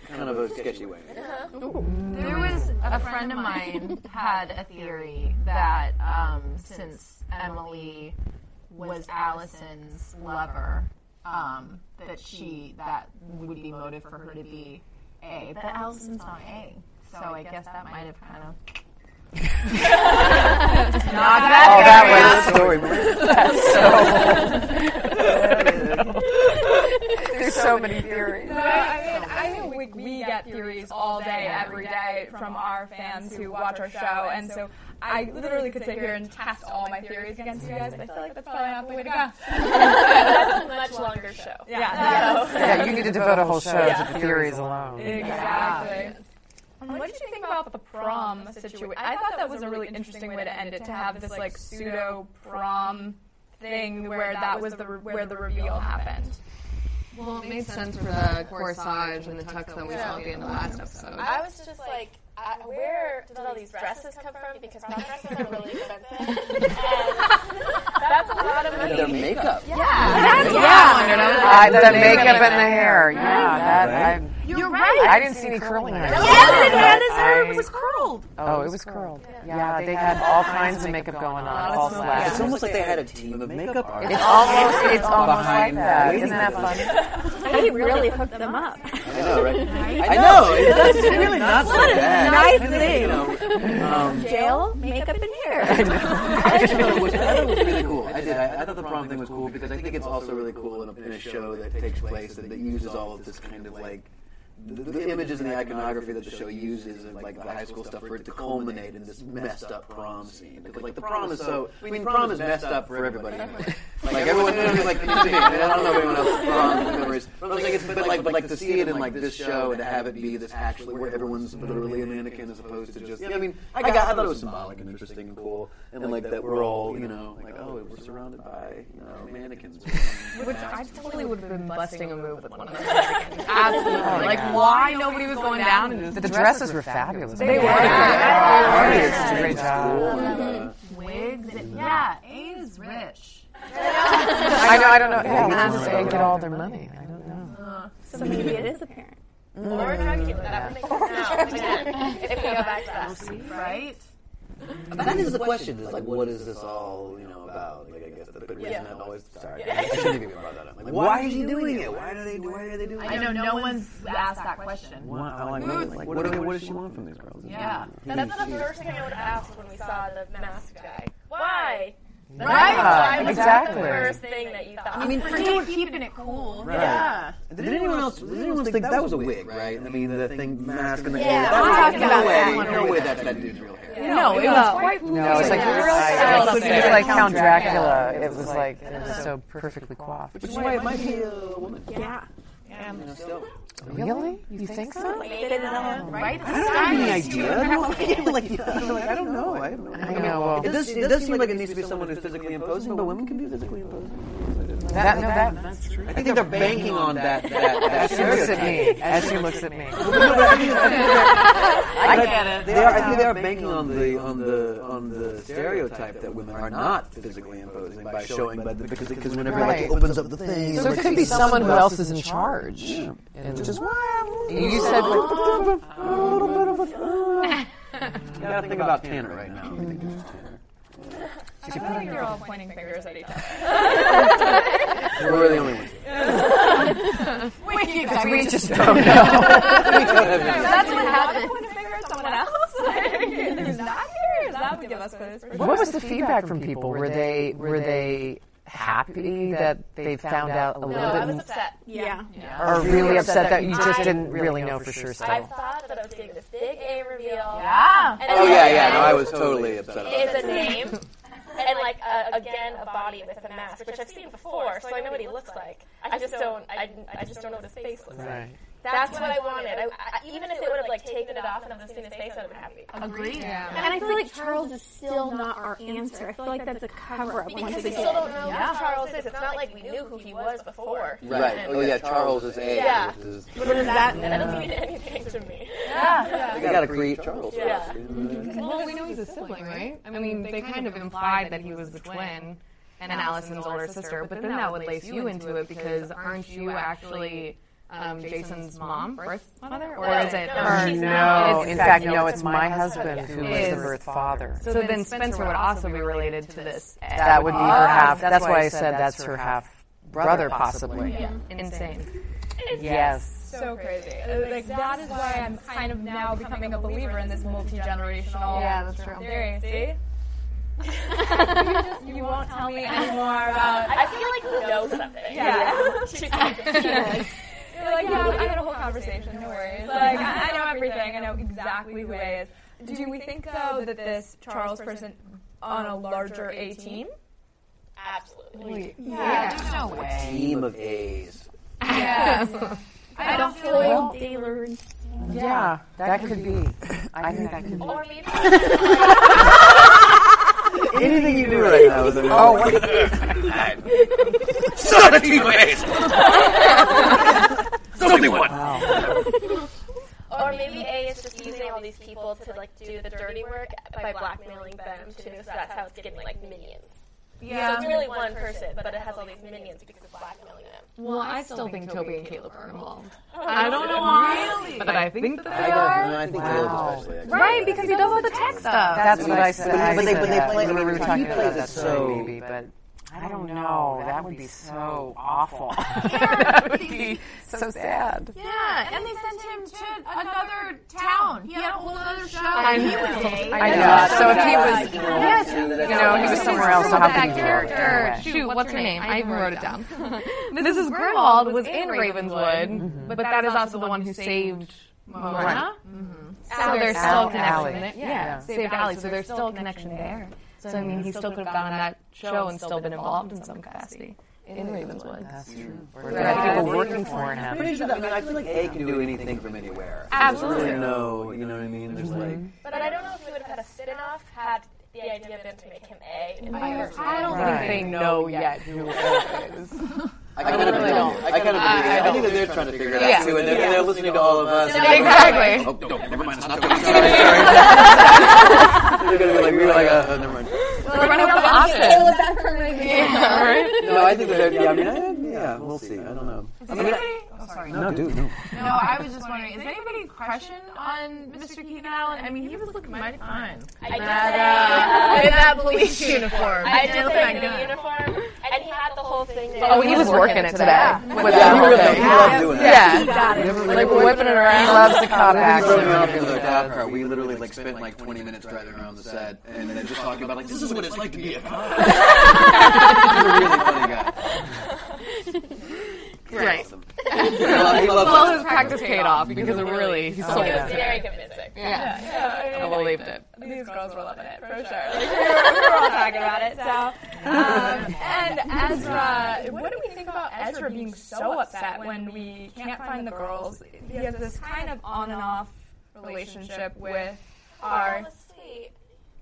S6: kind of a sketchy way.
S4: There was a friend of mine had a theory that um, since Emily was Allison's lover, um, that she that would be motive for her to be A, but Allison's not A, so I guess that might have kind of.
S7: Oh, that
S6: That story, man.
S7: was. There's so many theories.
S2: I mean, I think we, we get theories all day, every day from our fans who watch our show, and so I literally could sit here and test all my theories against you guys, but I feel like that's probably not the way to go.
S3: That's a much longer show.
S2: Yeah.
S7: Yeah, you need to devote a whole show to the theories alone.
S2: Exactly. And What did you think about the prom situation? I thought that was a really interesting way to end it, to have this like pseudo prom thing where that was the re- where the reveal happened.
S9: Well, it made sense for the corsage and the tux that we saw at the end of last episode.
S3: I was just like, I, where did all these dresses come from? Because prom dresses are really expensive. and that's a lot of money.
S6: Their makeup.
S7: Uh, the makeup and the hair. Yeah, that. I,
S4: You're right.
S7: I didn't see any curling irons.
S4: Yes, and Hannah's
S7: I-
S4: hair was curled.
S7: Oh, it was curled. Yeah, they had all kinds of makeup going on, all
S6: It's
S7: slashes.
S6: almost like they had a team of makeup artists.
S7: It's almost, it's almost like
S6: Behind that.
S7: that. Isn't that funny?
S10: He really hooked them up.
S6: I know, right? I know. It's it's really not so bad.
S10: nice
S6: I think, you know, um,
S10: Jail, makeup, and hair.
S6: I thought it was, I thought it was really cool. I did. I, I thought the prom thing was cool because I think it's also really cool in a, in a show that takes place that, that uses all of this kind of like the, the images and the iconography that the show uses and like the high school stuff for it to culminate in this messed up prom scene because like the prom is so I mean prom is messed up for everybody anyway. like everyone I mean, like you see it, I, mean, I don't know if anyone else's prom memories but I'm saying it's but like but like to see it in like this show and to have it be this actually where everyone's literally an Anakin as opposed to just I mean I got I thought it was symbolic and interesting and cool and like that we're all you know like oh we're surrounded by you know mannequins
S9: Which I totally would have been busting a move with one of those. Absolutely. like, why nobody was going down? And
S7: The, dresses were fabulous.
S9: They were.
S7: Yeah. Artists
S9: Yeah.
S7: did a great job.
S4: Wigs. and- Yeah, A is rich.
S7: I know. I don't know. Yeah, where did they get all their money? I don't know.
S10: So maybe it is apparent.
S3: Or a drug dealer. That would make sense now. If we go back to that.
S4: Right?
S6: That is the question. Is like, what is this all you know about? Like, I guess the big reason I've always sorry, I shouldn't even brought that up. Like, why, is he doing it? Why do they? Why are they doing
S4: I
S6: it?
S4: know no one's asked that question.
S6: Why, I like, what, like, what, do they- what does she want from these girls?
S4: Yeah.
S3: That's the first thing I would ask when we saw the mask guy. Why?
S7: Yeah,
S3: Why was that the
S7: exactly.
S3: first thing that you thought?
S4: For doing keeping it cool.
S6: Right.
S4: Yeah.
S6: Did anyone else? Did anyone else think that was a wig? Right? I mean, the thing mask and the
S10: Yeah,
S6: gold.
S10: I'm talking
S6: no
S10: about
S6: way,
S10: that.
S6: No way. That's that dude's real hair.
S9: No, it was quite
S7: No, it's like I-
S9: Count
S7: it was like Count
S9: Dracula.
S7: Dracula. It was like it was so perfectly coiffed.
S6: Which is why it might be a woman.
S10: Yeah.
S6: You know, still.
S7: Really? You think so?
S4: Right?
S6: I don't have any idea. No, I feel like, I feel like I don't know. I have no idea.
S7: I know. Well,
S6: It does, it does seem like it needs to be someone who's physically imposing, but women can be physically imposing.
S7: that, no, that,
S6: I think they're banking on that. that, that
S7: as she looks at
S6: stereotype.
S7: me, as she looks at me.
S6: I get it. They are, I think they are banking on the on the on the stereotype that women are not physically imposing by showing, but because because whenever like
S7: Right.
S6: it opens up the thing,
S7: So it could be someone who else is in charge. And
S6: Which is why I'm
S7: You said
S6: little bit of a. Gotta think about Tanner right now. I think it's Tanner.
S2: I think you're all pointing fingers at each other.
S6: We're the only ones.
S7: we just don't know.
S2: That's what happened. Pointing finger at someone else. Like, There's not here. That would give us this.
S7: What was the feedback from people? Were they were they happy that they found out a little
S3: I
S7: bit,
S3: was
S7: more,
S3: upset.
S10: Yeah.
S7: or really upset that you just didn't really know for sure
S3: I
S7: still?
S3: thought that I was getting this big A reveal.
S4: Yeah.
S3: And
S6: Oh
S3: then
S6: yeah,
S3: at the
S6: yeah. No,
S3: end,
S6: I was totally upset about that.
S3: Is a name. And like a, again, a body with a mask, which I've seen before, so I know what he looks like. I just don't. I, I just don't know what his face looks like.
S7: Right.
S3: That's what I wanted. I, I, even if they would have like taken it off and I would have seen his face, I'd have been happy.
S4: Agreed. Yeah.
S10: And I feel like Charles is still not our answer. I feel like that's a cover up once
S3: Because we
S10: again.
S3: still don't know who Charles is. It's not like we knew who he was before.
S6: Right. Oh yeah, Charles is A.
S3: Yeah.
S6: which is-
S3: That doesn't mean anything to me.
S6: They gotta create Charles.
S3: Yeah.
S9: Well, we know he's a sibling, right? I mean, they kind of implied that he was the twin and Allison's older sister, but then that would lace you into it because aren't you actually um, Jason's mom, birth mother, or is it her?
S3: she's
S7: No,
S3: not.
S7: in fact, no. It's my husband who is the birth father.
S9: So then Spencer would also be related to this.
S7: That would be her half.
S9: That's
S7: That's
S9: why
S7: why
S9: I
S7: I said that's her half brother, possibly.
S9: Insane.
S7: Yes.
S2: so crazy. Uh, Like that is why I'm kind of now becoming a believer in this multi generational
S9: that's true.
S2: theory. See? you, just, you won't tell me anymore about.
S3: I feel like we know something.
S2: Yeah.
S3: She's like,
S2: You're like, yeah, I had a whole conversation. No worries. Like, I I know everything. I know exactly who A is. Do we think though that this Charles person on a larger A team?
S3: absolutely.
S6: Team of A's.
S2: I don't feel
S10: Foiled Taylor.
S7: Yeah, that could be. I think that could be.
S3: Or maybe
S6: Anything you do right now is amazing. Oh, Son of a team of A's. Somebody won.
S3: Or maybe A is just using all these people to like do the dirty work by blackmailing them too. So that's how it's getting like minions. So it's really one person, but it has all these minions because it's blackmailing them.
S9: Well, I still think Toby and Caleb are involved. I don't know why, but I think that
S6: I, don't, no, I think Caleb especially. Actually.
S9: right because he does all the tech stuff.
S7: Oh, That's what I said.
S6: But
S7: I
S6: they-
S7: said
S6: but they
S7: that.
S6: play-
S7: we were
S6: he
S7: talking
S6: plays
S7: about
S6: it
S7: that
S6: so-
S7: so maybe, but I don't know. That would be so awful.
S9: Yeah.
S7: that would be so sad.
S4: Yeah, and they sent him to another town. He had a whole other show. And he was gay.
S7: I know. So if he was,
S6: Yes.
S7: you know, he was somewhere else, so
S9: But
S7: how
S9: that
S7: can you know?
S9: character, shoot, what's her name? I even wrote it down. Mrs. Grimwald was in Ravenswood, Mm-hmm. but that is also the one who saved Mm-hmm. Mona. So there's still a
S7: Al-
S9: connection.
S7: Allie.
S9: there.
S7: Yeah.
S9: Yeah, saved Allie. So there's still a connection there. So I mean, he still could have gone on that show and still been involved in some capacity in Ravenswood.
S7: That's true.
S6: We're
S7: We've got people working for him.
S6: Pretty sure that, I mean, I feel like A can do anything from anywhere.
S9: Absolutely.
S6: There's really no, you know what I mean? There's like,
S3: But I don't know if we would have had a sit-off had the idea been to make him A. in the
S9: I don't
S7: Right.
S9: think they know yet who it is.
S6: I kind of believe it. I kind of believe it. I think that they're trying to figure it
S9: Yeah.
S6: out too, and they're, and they're listening to all of us. and they're like,
S9: exactly.
S6: Oh, no, never mind. It's not going. Sorry, sorry. They're gonna be like, we're like, uh, uh, never mind.
S9: We're running out of options.
S6: No, I think that they're. Yeah, I mean, I, yeah, we'll see. I don't know. I mean, I, no, dude, no.
S4: No, I was just wondering, is anybody crushing on Mr. Keaton Allen? I mean, he was looking mighty fine.
S3: I did
S4: That, uh,
S3: say-
S4: in that police uniform.
S3: I did
S4: look
S3: say
S4: like
S3: the
S4: that.
S3: uniform, and he had the whole thing down.
S9: Oh, he was working it today.
S6: Yeah,
S9: With that
S6: he
S9: whole
S6: really,
S9: thing.
S6: he loved doing that.
S9: Yeah. Like we're whipping it
S7: He
S9: around.
S7: loves the cop
S6: We drove around
S7: action.
S6: to the cop car. We literally like spent like 20 minutes driving around the set and then just talking about like this is what it's like to be a cop. He's a really funny guy.
S9: Right.
S6: Awesome. He loves- he loves
S9: Well,
S6: us.
S9: his practice paid off because it really he sold
S3: It was
S9: it.
S3: very convincing.
S9: I believed it.
S2: These girls were loving it for sure. Like, we, were, we were all talking about it. So, um, and Ezra, what do we think about Ezra being so upset when we can't find the girls? He has this kind of on and off relationship with our.
S3: Oh, Honestly,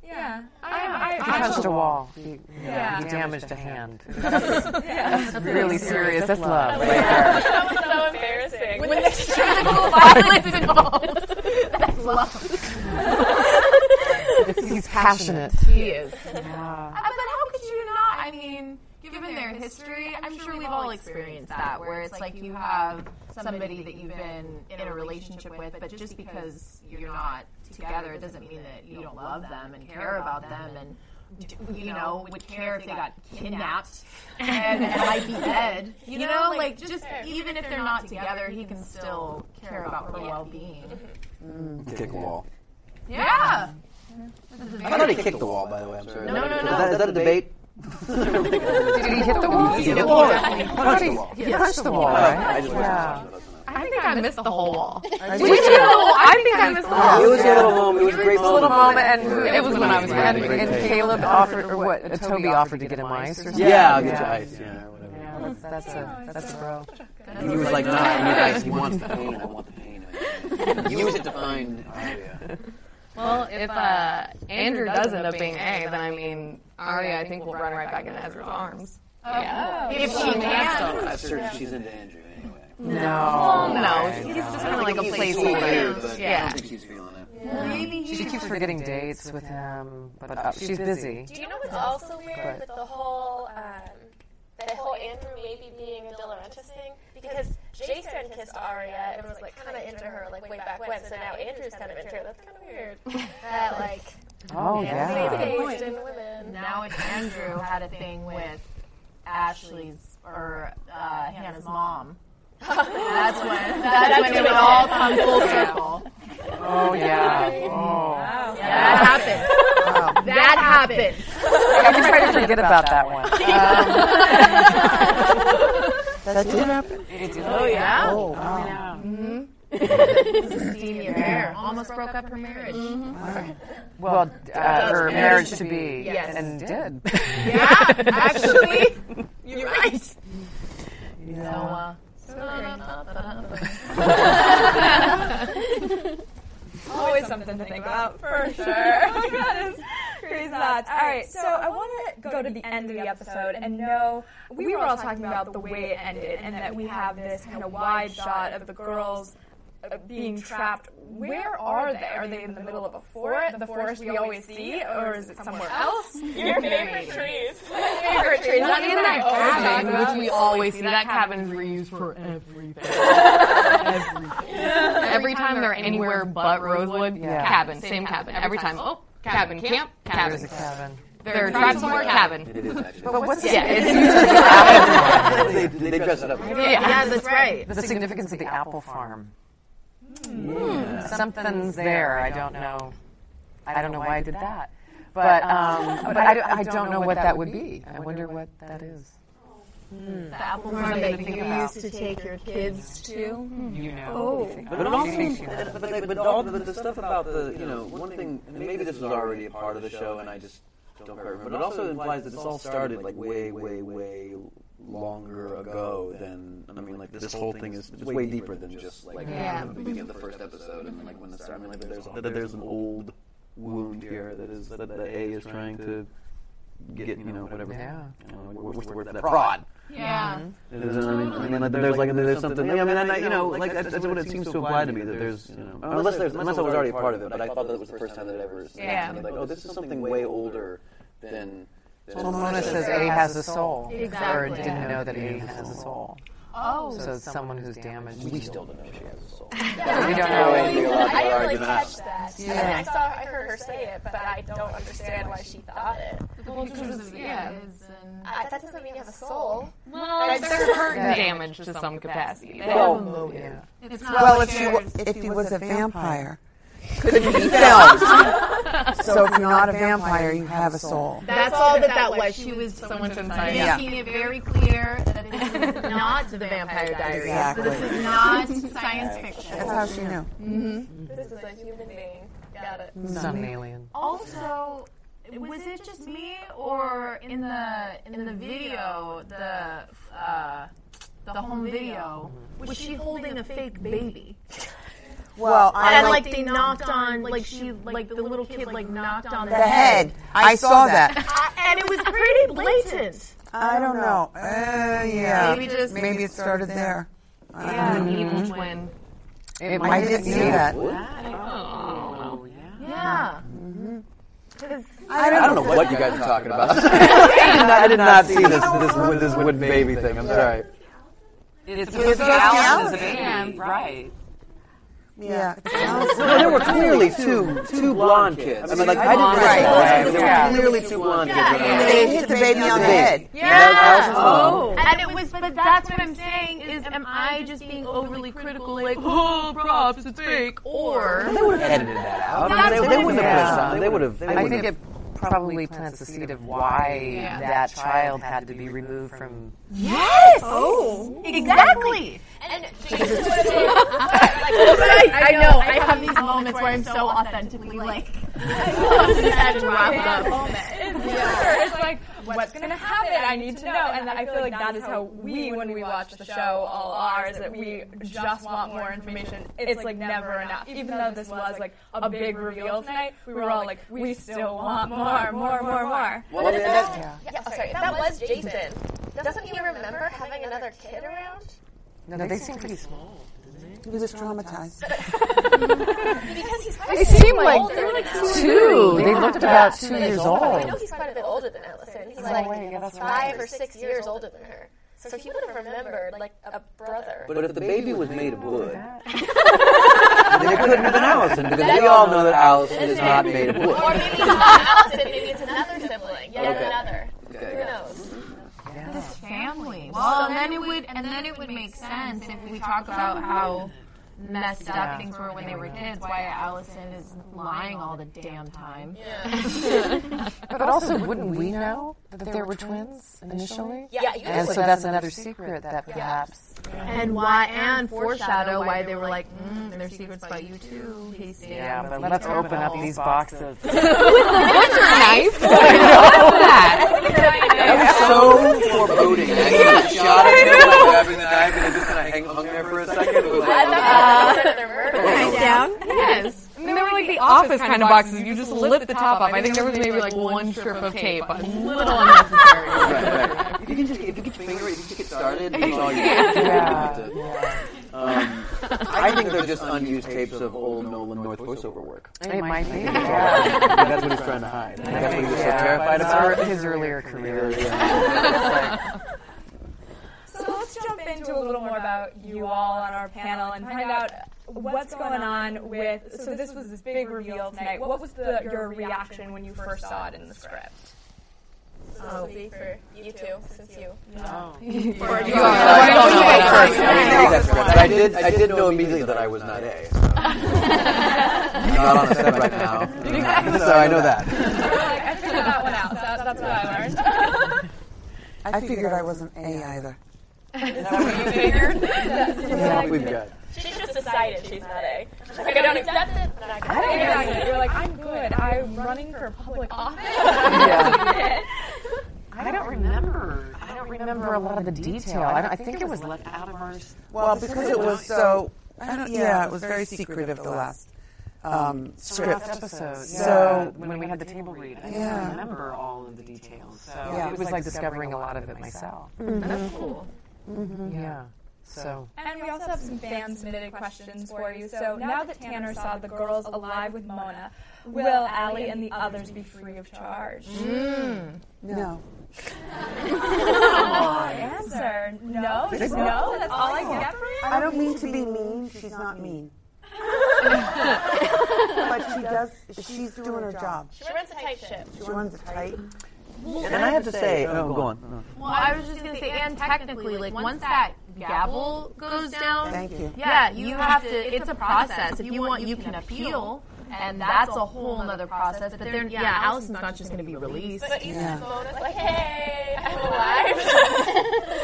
S2: Yeah, Ah. I,
S7: He
S2: I, I,
S7: punched a wall. He,
S2: Yeah.
S7: he damaged a hand. That's really serious. That's love. right there.
S3: that was so embarrassing.
S9: When there's physical violence involved, that's love.
S7: It's- He's passionate.
S9: He is.
S4: Uh, but how could you not? I mean, given their history, I'm sure we've all experienced that, where it's like you have somebody that you've been in a relationship with, but just because you're not together, it doesn't mean that you don't love them and care about them and. d- You know, would care if they got kidnapped and, and might be dead. You know, like just even if they're not together, he can still care about her well-being.
S6: Mm. Kick a wall.
S4: Yeah.
S6: I thought he kicked the wall, by the way. I'm sorry. No,
S4: no,
S6: Is that, is that a debate?
S7: Did he hit the wall? He hit the wall. He
S6: Punch the wall.
S7: punched the wall,
S6: Uh,
S7: right?
S6: I just
S7: Yeah.
S6: watched it.
S9: I think I missed the whole wall. Did you miss the whole? I think I missed the
S6: It
S9: wall.
S6: was a little moment. It was a great
S7: Little
S6: moment.
S7: moment, and
S9: It was when I was
S7: and,
S9: pregnant.
S7: and Caleb offered, or what? uh, Toby offered to get him ice or something.
S6: Yeah, I'll get you ice. Yeah, whatever.
S7: Yeah, That's that's a that's a bro.
S6: And he was like, nah, I need ice. He wants the pain. I want the pain. Use it to find. Oh, yeah.
S9: Well, if uh, Andrew does end up being A, then I mean, Arya, I think will run right back into Ezra's arms. Yeah. If she can.
S6: I'm certain she's into Andrew anyway.
S7: No,
S9: No, he's just kind of like a placeholder.
S6: But I
S9: Yeah.
S6: don't think she's feeling it.
S7: she keeps forgetting dates with him, but uh, she's busy.
S3: Do you know what's also weird with the whole um, the whole Andrew maybe being a De Laurentiis thing? Because Jason kissed Arya and was like kind of into her like way back when, so now Andrew's kind of into her. That's kind of weird. That like
S7: Oh yeah.
S3: based in women.
S4: Now it's Andrew had a thing with Ashley's or uh, Hannah's mom. that's when that's, when it would all come full circle.
S7: Oh yeah. Oh.
S4: That happened. That happened.
S7: I can try to forget about that one.
S8: That did happen.
S4: Oh yeah.
S8: Oh, wow.
S4: Um. Senior hair almost broke up her marriage.
S7: Well, uh, her marriage to be,
S4: Yes.
S7: and did.
S4: Yeah, actually, you're right.
S7: Yeah.
S4: uh,
S2: always something to think about for sure. Oh my God, it's crazy thoughts. All right, so I want to go to the end of the episode and know we were all talking about the way it ended and that we have this kind of wide shot of the girls uh, being trapped. Where are they? Are they in the middle of a forest? The forest we always see, or is it somewhere else?
S3: Your favorite trees.
S2: Favorite tree,
S9: Not in that cabin, which we always see. That cabin is reused for everything. everything. Every time they're anywhere but Rosewood,
S7: Yeah.
S9: cabin, same cabin. Every time, oh, cabin, camp,
S7: There's a
S9: cabin.
S7: cabin.
S9: They're trapped somewhere, cabin.
S6: It is actually.
S7: But what's the,
S9: Yeah, it's
S6: they, they dress it up.
S9: yeah, that's right.
S7: the significance of the apple farm? Hmm. Something's there. I don't know. I don't know why I did that. um, But um, but I, I don't know what that would be. I wonder what that is.
S4: The Apple
S10: Or
S4: Park
S10: that
S4: they Hmm.
S10: you
S4: think about.
S10: used to take your kids to.
S7: You know.
S10: Oh.
S6: But it also seems, but, but, but all the, the stuff about the, you know, one thing, and maybe this was already a part of the show, and I just don't quite remember. But it also implies that this all started like way, way, way longer ago than. I mean, like this whole thing is it's way deeper than just like
S4: Yeah.
S6: the beginning of the first episode and like when it started. I mean, like there's that there's an old wound here that is that the A is trying to get, you know, whatever.
S7: Yeah.
S6: I don't know, what- what's the word for that? Fraud.
S4: Yeah.
S6: There's, I mean, I mean, there's like there's something. I mean, I, you know, like that's, that's what it seems to imply to me that there's, you know, unless there's unless I was already a part of it, but I thought that was the first time that it ever.
S4: Yeah.
S6: Yeah. Like, oh, this is something way older than. than-
S7: Well, Mona says A has a soul.
S4: Exactly.
S7: Or didn't know that A has a soul.
S4: Oh.
S7: So it's someone who's damaged.
S6: We still don't know if she has a soul.
S7: We don't know.
S3: I didn't really catch that. I, mean, I saw I heard her say it, but I don't understand why she thought it.
S4: Well, because, yeah. it's an-
S3: I, that doesn't mean you have a soul.
S9: Well, they're hurt and damaged to some capacity. They have a motive.
S4: It's not
S8: Well,
S4: like
S8: if he,
S4: they're-
S8: wa- if he was a vampire, couldn't be filmed. So if you're not a vampire, you have a soul.
S9: That's all that that was. She was someone from inside.
S8: Yeah.
S4: making it very clear that this is not the Vampire Diaries.
S8: Exactly.
S4: This is not science fiction. Mm-hmm.
S8: That's how she knew.
S3: This is a human being. Got it.
S7: It's not an Mm-hmm. alien.
S4: Also, was it just me or in the in the video the uh, the home video was she holding a fake baby?
S8: Well, I
S4: And
S8: like
S4: like they knocked on like she like the little kid like knocked on the
S8: the head. I saw that.
S4: and it was pretty blatant.
S8: I don't know. Uh, yeah.
S4: Maybe just-
S8: Maybe it started there.
S9: Yeah, an evil twin.
S7: It
S8: I
S7: might have
S8: didn't see
S7: been Oh,
S8: that.
S6: Oh.
S4: Yeah.
S8: I
S6: Mm-hmm. I
S8: don't
S6: don't know
S8: know.
S6: what you guys are talking about. I did not see this this wood this wood baby thing. I'm sorry.
S7: It's
S8: supposed to be Alice
S7: a baby. Right.
S8: Yeah.
S6: No, there were clearly two two blonde kids. I mean, like I didn't
S8: Right.
S6: realize there
S8: Yeah.
S6: were clearly two blonde kids. when I was-
S8: They hit the baby on the head.
S4: Yeah.
S6: Oh.
S4: And it was, but that's what I'm saying is, am I just being overly critical, like, oh, props, it's fake, or
S6: They would have edited that out. I
S4: That's
S6: mean,
S4: what
S6: they, they
S4: I'm
S6: wouldn't
S7: saying.
S6: have put it on. They would have. They
S7: I
S6: wouldn't
S7: think
S6: have-
S7: it probably plants the seed of why that child had to be removed from.
S4: yes, oh, exactly.
S3: And Jason would have been like,
S4: I know. I have these moments where I'm so authentically like, and wrap it up.
S2: It's like, what's going to happen? I need to know. And I feel like that is how we, when we watch the show, all are, is that we just want more information. It's like never enough. Even though this was like a big reveal tonight, we were all like, we still want more, more, more, more.
S6: Well, I mean, that's-
S3: yeah, oh, sorry, that was Jason. Doesn't he remember having another kid around?
S7: No, they, seem pretty small.
S8: He was traumatized.
S3: Because he's quite
S7: They
S3: a bit
S7: seem like
S3: older now.
S7: two. They looked about two years
S3: I know
S7: old.
S3: he's quite a bit older than Allison. He's like five or six years older than her. So he would have remembered like a brother.
S6: But if the baby was made of wood, then it couldn't have been Allison because we all know that Allison is not made of wood.
S3: Or maybe it's not Allison, maybe it's another sibling. Yet
S6: Okay.
S3: another.
S6: Okay,
S3: Who
S6: got it.
S3: knows?
S4: family. Well, and then it would, and then it would make sense if we talk about how messed up things were when they were kids. Why Allison is lying all the damn time.
S7: But also, wouldn't we know that there were twins initially?
S3: Yeah, you
S7: And so that's another secret that perhaps.
S4: And why and foreshadow why they were like, mm, there's secrets about you too, Casey.
S7: Yeah, but let's open up these boxes.
S6: So foreboding. I just shot at him by grabbing the knife and it just kind of hang, hung there for a second. It was like,
S10: down.
S9: Yes. I mean, they were like the office kind of boxes. You just lift the top up. I think there was maybe like one strip of tape. A little unnecessary.
S6: right, right. If you can just if you get your finger, if you can get started, that's all you need.
S7: Yeah.
S6: You don't have to- Um, I think they're just unused tapes of old Nolan North voiceover work.
S7: It might be. Yeah.
S6: I think that's what he's trying to hide. I think that's what he was so terrified about.
S7: It's His earlier career.
S2: So let's jump into a little more about you all on our panel and find out what's going on with. So this was this big reveal tonight. What was the, your reaction when you first saw it in the script?
S3: Oh, for you two, since you.
S2: Oh.
S6: I did. I did know immediately that I was not A. So. I'm not on the set right now, so I know that.
S2: I figured that one out. That, that's what I learned.
S8: I, figured I wasn't A either.
S3: Is that what you figured?
S6: Yeah, we've got.
S3: She just decided she's not A. She's like, I don't accept it. I'm not gonna
S2: Yeah,
S3: do it.
S2: You're like, I'm good. I'm running for public office.
S7: I don't remember. I don't remember a lot of the detail. I, don't, I think it was left out of ours.
S8: Well, because it was so. I don't, yeah, it was very secretive the last um, script.
S7: Last episode.
S8: So
S7: when, we had the table read, I
S8: Yeah.
S7: don't remember all of the details. So
S8: Yeah.
S7: it was like discovering a lot of it myself.
S8: Mm-hmm.
S7: Mm-hmm.
S4: That's cool.
S7: Yeah. So
S2: And we also have some fan submitted questions for you. So now that Tanner saw the girls alive with Mona, will Allie and the others be free of charge?
S3: Mm.
S8: Mm. no,
S2: Answer no, just no. That's all I get from you.
S8: I don't mean to be mean. She's not mean. but she does. She's doing her job.
S3: She runs a tight ship.
S8: She runs it tight.
S6: And I have to say, oh, go on. No.
S4: Well, I was just gonna say, and technically, like once that gavel goes down,
S8: Thank you.
S4: yeah, you have to. It's a process. If you want, you can appeal, and that's a whole nother process. But then, yeah, Allison's not just gonna be released.
S3: But even the bonus, like, hey, I'm alive.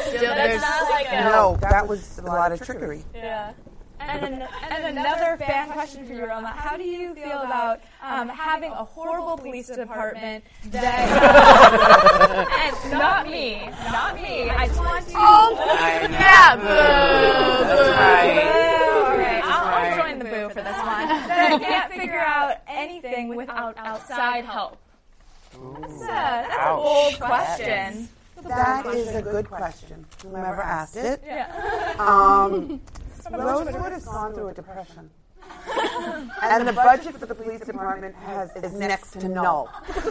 S4: Still,
S3: That's
S4: there's
S3: not like a.
S2: uh,
S8: No, that was a lot of trickery.
S2: Yeah. And, an, and another fan question for you, Roma. How do you feel about um, having a horrible police department that. and not me. Not me. I just want to.
S4: yeah, boo.
S2: All right, I'll, I'll join the boo for this one. That I can't figure out anything without outside help. That's a, that's a bold question.
S8: That is a good question. Whoever asked it. Um, Rose would have gone through a depression. And the budget for the police department has, is next to null.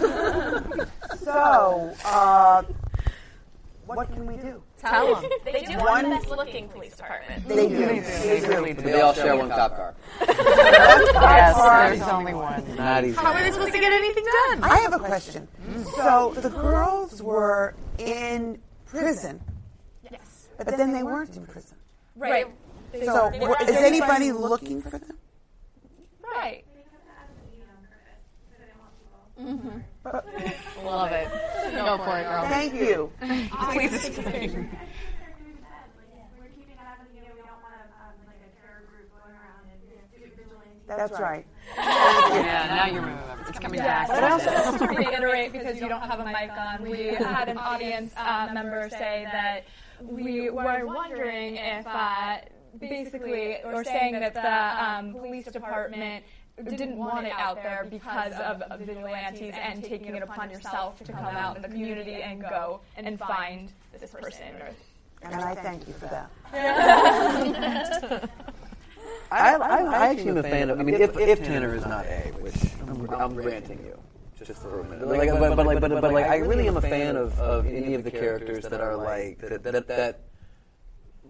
S8: So, uh, what can we do?
S4: Tell him.
S3: They do have the best looking police department.
S8: They do. They do.
S6: But they all share one cop car.
S7: yes, there's only one.
S6: Not easy.
S4: How are they supposed to get anything done?
S8: I have a question. So the girls were in prison. Yes. But then they weren't in prison.
S2: Right.
S8: So wha- is anybody looking for them?
S2: Right.
S4: E Love it. Go for it, girl.
S8: Thank you. That's right.
S7: Yeah, now you remember. It's coming back.
S2: Just to reiterate, because you don't have a mic on, we had an audience uh, member say that we were wondering if, uh, basically, or saying that the um, police department didn't want it out there because of vigilantes and taking it upon yourself to come out in the community and go and find this person. Or
S8: And I thank you for that.
S6: I, I, I actually am a fan of. I mean, if, if Tanner is not A, which I'm, I'm granting you, just for a minute. Like, but, but, like, but, but like, I really am a fan of, of any of the characters that are like that that that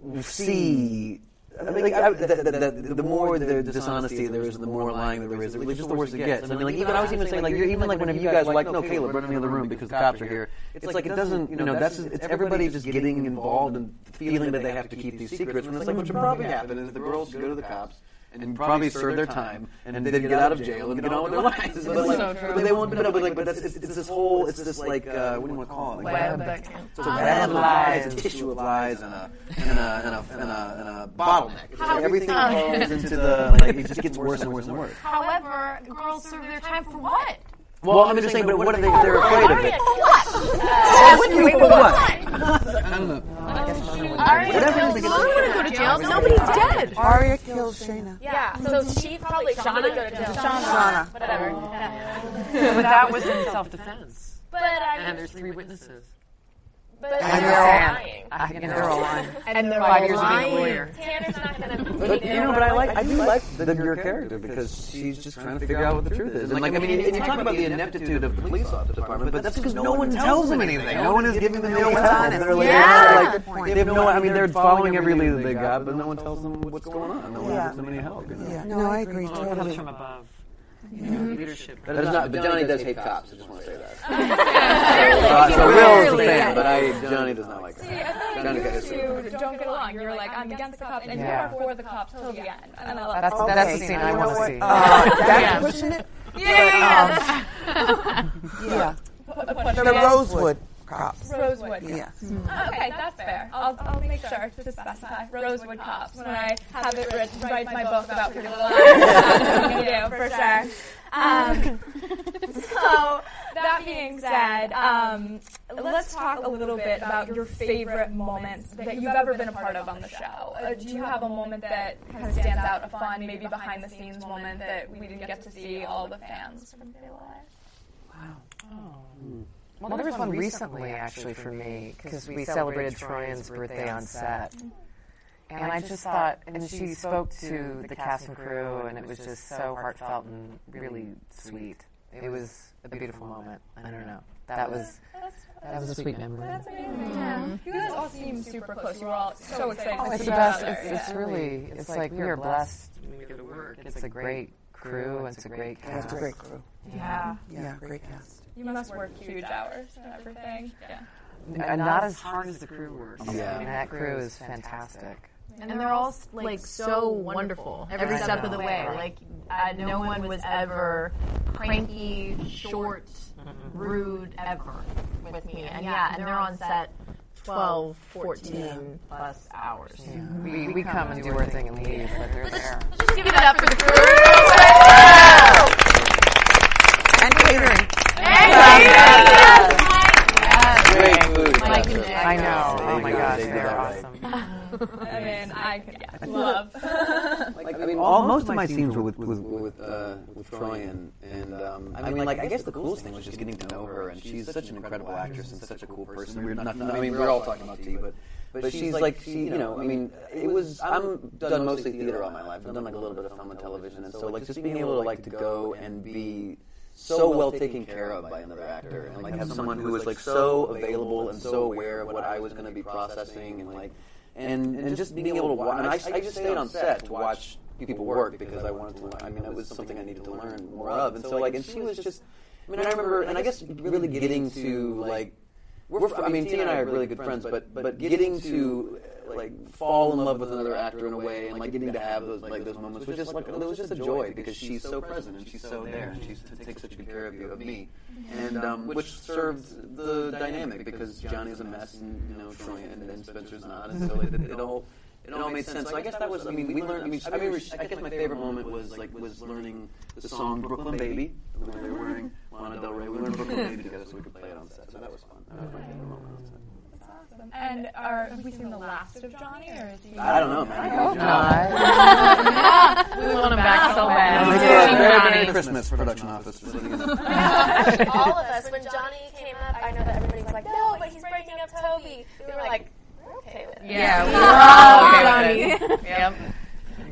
S6: we see. I mean, like, I, that, that, that, the more the dishonesty there is, the more lying there is, really just the worse it gets. And I mean, like, even I was even saying, like, you're even like whenever you guys were like, no, Caleb, run into the room because the cops are here. It's like it doesn't, you know, that's it's everybody just getting involved and feeling that they have to keep these secrets. When it's like what should probably happen is the girls go to the cops and probably serve their time and then get out of jail and get on with their lives. But like, but they won't. But, but like, but that's it's, it's this whole, it's this like, uh, what do you want to call it? Like, web. It's a web of lies, a tissue of lies, and a and a and a and a, and a bottleneck. It's like everything falls into the like it just gets worse and worse and worse.
S4: However, girls serve their time for what?
S6: Well, I'm just saying, but what are they? They're afraid of it. Wait, for
S4: I want to go to jail. Nobody's dead.
S8: Aria kills Shayna.
S3: Yeah, so she probably Shauna would go to jail.
S8: Shauna.
S3: Whatever.
S7: But that was in self-defense.
S3: But I
S7: And
S3: mean,
S7: there's three witnesses.
S3: but they're lying.
S7: I, and they're all lying.
S4: And they're
S7: Five years of being a
S4: lying.
S7: lawyer.
S3: Tanner's not gonna.
S6: But you know, but I like, I do like the, your character because she's just trying to figure out what the truth is. And like, I mean, and you talk about the ineptitude of the police officer department, but that's because no one tells them anything. No one is giving them no time. They're like,
S8: Yeah.
S6: they're like, they have no. I mean, they're following every lead that they got, but no one tells them what's going on. No one
S8: Yeah.
S6: gives them any help. You know?
S8: Yeah, no, I agree
S7: Well, it comes
S8: totally.
S7: from above.
S3: Mm-hmm.
S7: Leadership.
S6: That is not, but Johnny does hate cops. I just want to say that. uh, so Will is a fan, but I Johnny does not like that. Johnny got his.
S2: you don't get along. You're like, I'm against the cops, and you
S7: Yeah.
S2: are for the cops till the end. And I love
S7: That's,
S8: Okay.
S7: that's the scene I
S8: You know
S7: want to
S8: what?
S7: see.
S8: Uh, that's pushing it.
S6: Uh-huh.
S4: Yeah, yeah, yeah.
S8: Yeah. The Rosewood. cops.
S2: Rosewood cops.
S8: Yeah.
S2: Okay, that's fair. I'll, I'll make sure to specify Rosewood cops when I have it writ- write my book about Pretty Little Liars. Yeah, for sure. Um, so that being said, um, let's talk a little bit about your favorite moments that you've ever been a part of on the show. Uh, do you have a moment that kind of stands out, a fun, maybe behind the scenes moment that we didn't get to see all the fans from Pretty Little Liars?
S7: Oh. Well, there was one recently, actually, for me, because we celebrated Troyan's birthday on set. Mm-hmm. And I just thought, and she spoke to the cast and crew, and it was just so heartfelt and really sweet. It was a beautiful moment. I don't know. That was that was a sweet memory.
S2: You guys all seem super close. You were all Mm-hmm. so excited
S7: Oh,
S2: to
S7: it's
S2: see
S7: the
S2: each
S7: best.
S2: other.
S7: It's, it's
S2: Yeah.
S7: really. It's like we are blessed. when We get to work. It's a great crew. It's a great
S8: Yeah,
S7: cast.
S8: it's a great crew.
S2: Yeah.
S8: Yeah, great cast.
S2: You must work huge hours and everything. Yeah.
S7: And not as hard as the crew works.
S6: Yeah.
S7: I mean, that crew is fantastic.
S9: And they're all s- like so wonderful every
S7: I
S9: step
S7: know.
S9: of the way. Like uh, no one was ever cranky, short, rude ever with me. And yeah, and they're on set 12, 14 plus hours.
S7: We, we come and do our thing and leave, but they're there.
S9: Just give it up for the crew.
S8: And catering.
S6: Great food.
S9: Mike and Jack.
S7: I know.
S6: They
S7: Oh
S6: do
S7: my
S6: that-
S7: gosh,
S6: they do
S7: they're
S6: that right.
S7: awesome.
S2: I mean, I could yeah, love.
S6: Like, I mean, all, most of my scenes were with with with, uh, with Troyan, and um, I mean, like, I guess the coolest thing was just getting to know her, and she's such an incredible actress and such a cool person. We're not, I mean, we're all talking about T, but but she's like, she, you know, I mean, it was. I'm done mostly theater all my life. I've done like a little bit of film and television, and so like just being able to like to go and be so well taken care of by another actor, and like have someone who was like so available and so aware of what I was going to be processing, and like and, and, just being able to watch. And I, I just stayed on set to watch people work because I wanted to learn. I mean, that was something I needed to learn more of. And so, like, and she was just. I mean, I remember, and I guess really getting to like, we're. fr- I mean, T and I are really good friends, but but getting to uh, like fall in love with another actor in a way, and like getting to have those like those moments was just like it was just a joy because she's so present and she's so there and she t- takes such good care of you of me, and um, which served the dynamic because Johnny's a mess and you know Troy and, and Spencer's not, and so like, it, it all it all made sense. So I guess that was. I mean, we learned. I mean, I, remember, I guess my favorite moment was like was learning the song "Brooklyn Baby" when they were wearing Lana Del Rey. We learned "Brooklyn Baby" together, so we could play it on set. So that was fun. That was my favorite moment. on set.
S2: and are we seeing the last of Johnny, or is he? Oh
S6: I don't know, man. I hope
S9: We want them back so bad.
S6: Merry Christmas, production office.
S3: all of us, when Johnny came up, I know that everybody was like, no, but he's breaking up Toby. We were like, we're okay with it.
S9: Yeah, we were all okay with it. Yep.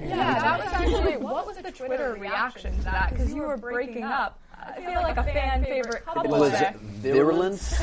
S2: Yeah, that was actually. What was the Twitter reaction to that? Because you were breaking up. I feel like a fan favorite
S6: It
S2: couple
S6: was
S2: there.
S6: virulence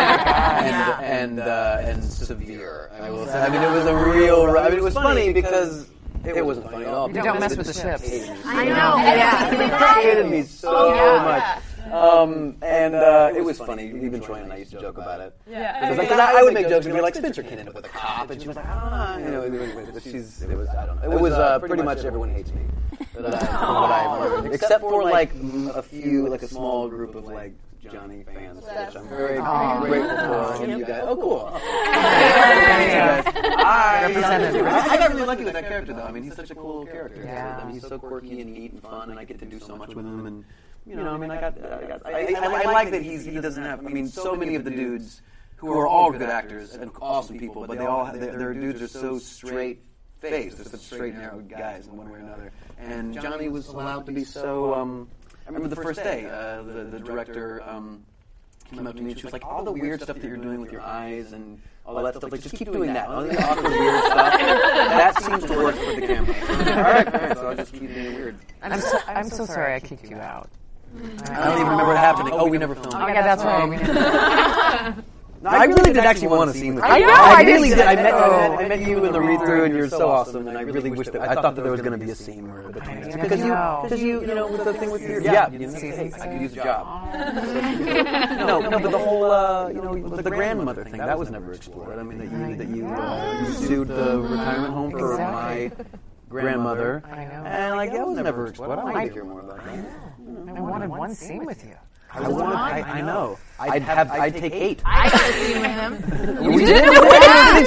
S6: and and uh, and severe. I will say. I mean, it was a real. I mean, it was funny because it wasn't funny at all.
S7: You don't mess with the ships.
S9: I know. Yeah.
S6: hated me so much. Um, and uh, it was funny. Even Troy and I used to joke about it.
S2: Yeah.
S6: Because like, 'cause I, I would make jokes and be like, Spencer can't end up with a cop, and she was like, ah, you know, it was- it- she's, it was, I don't know. It was uh, pretty much everyone hates me. That I, that I've learned. Except for like m- a few, like a small group of like Johnny fans, which I'm very grateful for. You guys, oh cool. I, I got really lucky with that character, though. I mean, he's such a cool character.
S7: Yeah.
S6: I mean, he's so quirky and neat and fun, and I get to do so much with him. And you know, I mean, I got, uh, I, got, I, I, I, I like that he's he doesn't have. I mean, so many of the dudes who are all good actors and awesome people, but they all their, their dudes are so straight. Faced, they're such straight, narrow guys in one way or another. And Johnny was allowed to be so. Um, I remember the first day, uh, the, the director um, came up to me and she was like, all the weird stuff that you're doing with your eyes and all that stuff, like, just keep doing that. All the awkward, weird stuff. That seems to work for the camera. all right, all right, so I'll just keep being weird.
S7: I'm so, I'm so sorry I kicked you out.
S6: I don't even remember it happening. Oh, we never filmed.
S7: Oh my god, that's right.
S6: No, I really did actually want to see you.
S7: I know, I
S6: I really
S7: did.
S6: did. I met,
S7: Oh.
S6: I met, I met you in the read through, and you were so awesome. And I really wished that I thought that there was going to be a scene where between us because you,
S7: know.
S6: because you, you know, with the thing with your yeah, you know, hey, I could use a job. no, no, but the whole, uh, you know, the, grandmother thing that was never explored. I mean, that you that you, uh, you sued the retirement home for my grandmother,
S7: I know.
S6: and like that was never explored. I want to hear more about that.
S7: I wanted one scene with you.
S6: I want. I, I know. I'd have. I'd take eight.
S4: I got a scene with him.
S6: We did. We did. I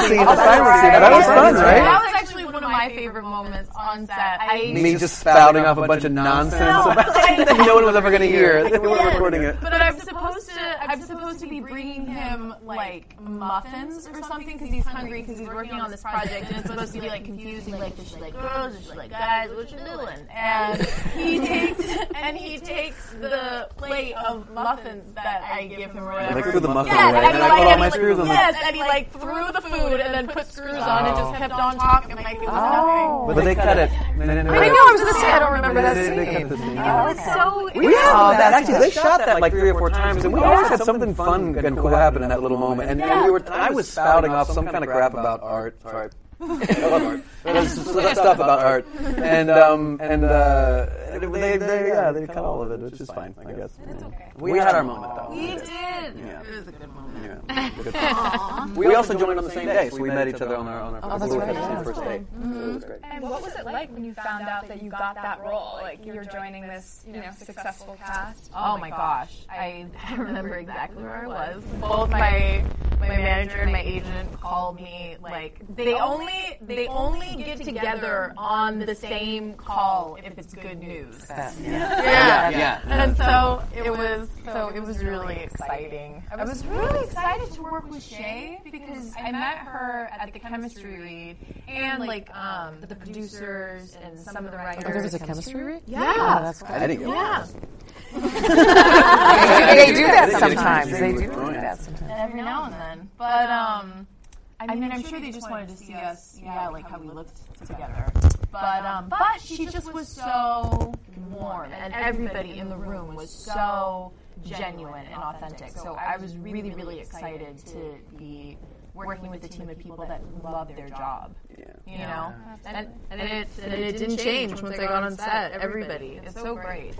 S6: was That was fun,
S4: That
S6: right?
S4: was actually one of my favorite moments on set. I
S6: Me just spouting off a bunch of nonsense about things that no one was ever going to hear. They were recording it.
S4: But I'm supposed to, I'm supposed to be bringing him like muffins or something because he's hungry because he's working on this project and it's supposed to be like confusing, like does she like girls, does she like guys, what you doing? And he takes, and he takes the plate of muffins that I give him or whatever.
S6: Like threw the muffin
S4: Yes,
S6: away,
S4: and
S6: and
S4: he
S6: I
S4: like,
S6: pulled all
S4: and
S6: my
S4: he,
S6: screws.
S4: like,
S6: I'm like,
S4: yes, and he like threw the food and then put screws on and just kept on talking like it was nothing.
S6: Oh. but they cut it. I know.
S9: I know. I was gonna say I don't remember that
S6: They, they cut
S9: scene.
S6: the scene.
S4: Oh,
S9: It's so.
S6: We have all that. Actually, they shot that like three or four times, and we always had something fun and cool happen in that little moment. And, and we were, I was spouting off some kind of crap about art. Sorry. I love art. There's some stuff about art, and um, and uh, they, they, yeah, they cut all of it, which is fine, I guess. Mm-hmm. We had our moment though. We did. Yeah. It was a good moment. We also joined on the same day, so we met each other on our on our first, we were at the same first date. So it was great.
S2: Mm-hmm. And what was it like when you found out that you got that role? Like you're joining this, you know, successful cast.
S4: Oh my gosh. I, I remember exactly where I was. Both my my manager and my agent called me like they only they only get together on the same call if it's good news. Yeah.
S6: Yeah.
S4: And so it was so it was really exciting. I was really excited to work with Shay because I met her at the chemistry read and like um, the producers and some of the writers.
S7: Oh, There was a chemistry read?
S4: yeah.
S7: That's
S6: I didn't get
S4: Yeah.
S7: They do that
S6: They do
S7: sometimes.
S6: that.
S7: They do do that sometimes.
S4: every now and then. But um, I mean, I'm sure they just wanted to see us, yeah, like how we looked together. But um, but she just was so warm, and everybody in the room was so genuine and authentic. So I was really, really excited to be working with a team of people that love their job. You know, and, and it and it didn't change once I got on set. Everybody, it's so great.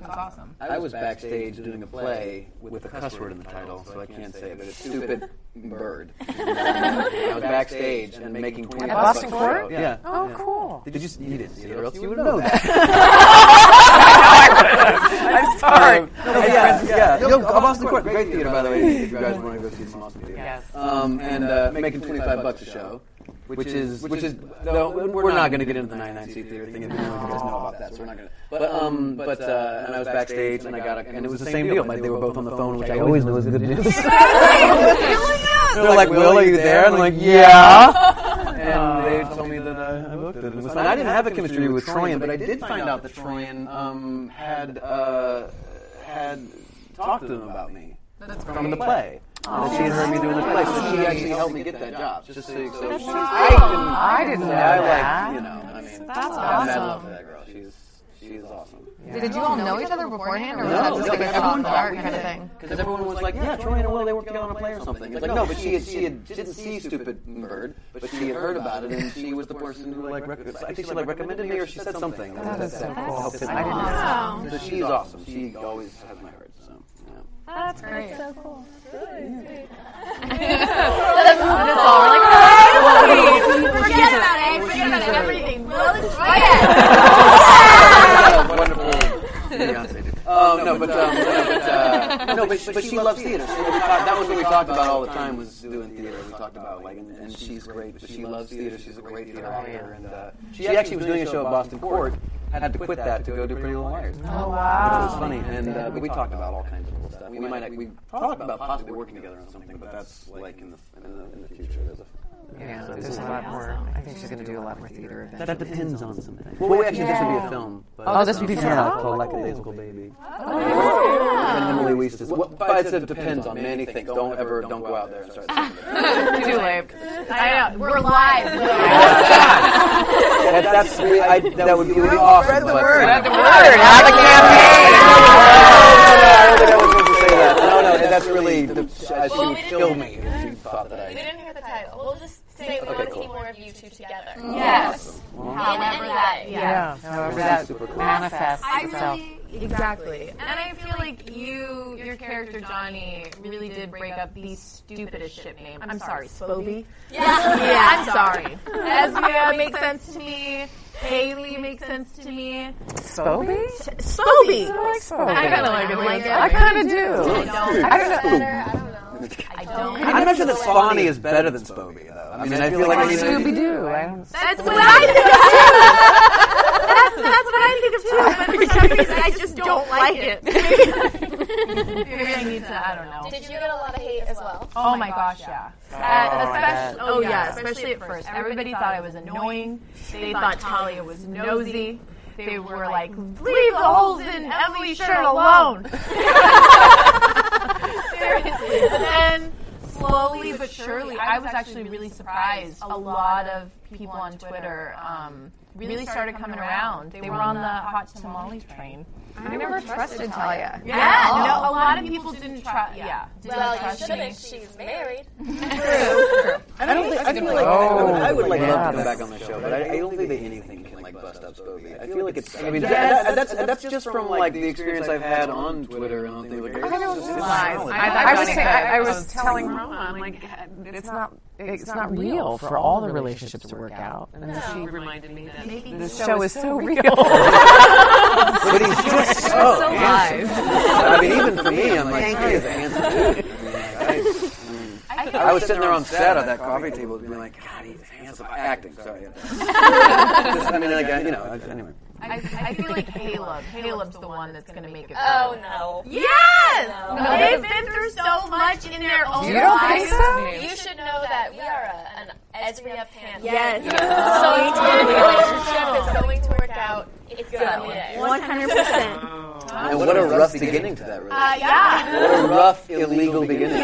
S4: It was awesome.
S6: I was backstage doing a play with a cuss word in the title, so I can't say it, but it's stupid bird. I was backstage and making 20 bucks
S7: Boston
S6: a show.
S7: Court?
S6: Yeah.
S7: Oh, cool.
S6: Did you, you didn't see it, or else you would know that.
S7: I'm sorry.
S6: yeah, yeah. Yo, Boston Court, great theater, by the way, if you guys want to go see some Boston theater.
S7: Yes.
S6: Um, and uh, making 25 bucks a show. Which is, which is, no, we're not going to get into the 99 seat theater thing. and You guys know about that, so we're not going to. But, um, but, uh, and I was backstage, and I got, a, and it was the same deal. Like, they were both on the phone, which I always know is good news. They're like, Will, are you there? And I'm like, yeah. And they told me that uh, I, I booked it. And, it was fine. I didn't have a chemistry with Troyan, but I did find out that Troyan um, had uh, had talked to them about me from the play. That she had heard me doing the play, so she actually helped me get that job. Just so, you- so I can,
S7: I didn't know
S6: I
S7: that.
S6: like, you know, I mean, that's I love that girl. She's she's awesome.
S9: Did you all know each other beforehand, or was
S6: No,
S9: that just
S6: no,
S9: like
S6: but
S9: a off
S6: everyone
S9: the
S6: thought
S9: dark
S6: we
S9: kind of
S6: did.
S9: thing?
S6: Because everyone was like, yeah, Troy and Will, they worked together on a play or something. It's like, no, but she had, she had, didn't see Stupid Bird, but she had heard about it, and she was the person who, like, rec- I think she, like, recommended me, or she said something. That
S7: is so cool.
S6: helped him
S7: I didn't
S6: out. So she's awesome. She always has my heart, so, yeah. Oh,
S4: Oh, Forget about it. Forget about everything. Will is
S6: wonderful Beyonce. dude. Um, no, but um, no, but, uh, no, but, but she loves theater. So we talked, that was what we talked about all the time was doing theater. We talked about like, and, and she's great. But she loves theater. She's a great theater actor, and uh, she actually was doing a show at Boston Court. Had to quit that to go do Pretty Little Liars. Oh wow! Which was funny, and uh, but we talked about all kinds of cool stuff. We might we talked about possibly working together on something, but that's like in the in the, in the future. There's a
S7: Yeah, there's a lot more. I think she's going to do a lot more theater events.
S6: that depends on something. Well, wait, actually, this would be a film. But
S7: Oh, this would be a film.
S6: Yeah, called Like a Musical Baby. And Emily Weiss is. Well, but it depends on many things. Don't ever, don't go out there and start. singing.
S9: Too late.
S4: I know. We're live.
S6: that, that's really, I, that would be really awesome.
S8: Spread the
S6: but-
S8: word.
S6: Yeah,
S8: Spread
S7: The word, not the campaign.
S6: I don't think I was supposed to say that. No, no, that's really. The, uh, she would kill me if she thought that I.
S3: We didn't hear the title. We'll just say it we
S6: Okay,
S3: want
S6: cool.
S3: to see more of you two together.
S4: Yes.
S6: Well,
S3: However that,
S7: Yeah. However, that
S6: Super cool.
S7: manifests
S4: I
S7: itself.
S4: really exactly, and I feel like you, your character Johnny, really did break up the stupidest ship name. I'm sorry, Spobie.
S3: Yeah.
S4: Yeah, I'm sorry. Esmia makes sense to me. Haley makes sense to me.
S7: Spobie?
S4: Spobie.
S7: I like Spobie.
S4: I kind of like it.
S7: I, kind of do.
S4: don't.
S7: I don't know.
S4: I don't.
S6: I'm not sure that Spawny is better than Spobie, though. I mean, I feel like
S7: Like Scooby Doo. I don't.
S4: That's what I think of too. That's, that's what I think of too. But for some reason, I just don't like it. Maybe I need to. I don't know.
S3: Did you get a lot of hate as well?
S4: Oh my gosh, yeah. especially, oh yeah, especially at first. Everybody thought I was annoying. They thought Talia was nosy. They were like, "Leave the holes in Emily's shirt alone." Seriously. But then, slowly but surely, I was actually really surprised. A lot of people on Twitter um, really started coming around. They were on the hot tamale train.
S9: I never trusted Talia.
S4: Yeah, no, a lot of people didn't try. Yeah, didn't
S3: Well, you
S4: trust me.
S3: shouldn't. She's married.
S6: I don't think I feel
S4: Oh,
S6: like I would, I would like
S7: yeah.
S6: love to come back on the show, but I, I don't think that anything can like bust up Spobie. I feel like it's. I mean, that, that, that's that's just from like the experience I've had on Twitter and on things like that. I don't
S7: I, I was saying, I, I was telling Roma, I'm like, it's not, it's not real for all the relationships to work out. And then she reminded me that this show is so real.
S6: But he's just so, handsome. I mean, even for me, I'm like, he is a handsome dude. I mean, I- I, I was sitting there on set at that coffee table, being like, God, he's handsome. Acting, sorry. Just, I mean, like, I- you know, I- anyway.
S4: I, I feel like Caleb. Caleb's the one that's going to make it.
S3: Oh no.
S4: Yes! They've been through so much in their own
S7: You don't think so?
S3: You should know that we are a, an Ezria pan.
S5: Yes.
S3: So your relationship is going to work out. It's gonna be there.
S5: 100%.
S6: And what a rough beginning to
S5: Uh,
S6: that relationship.
S4: Yeah.
S6: What a rough, illegal beginning.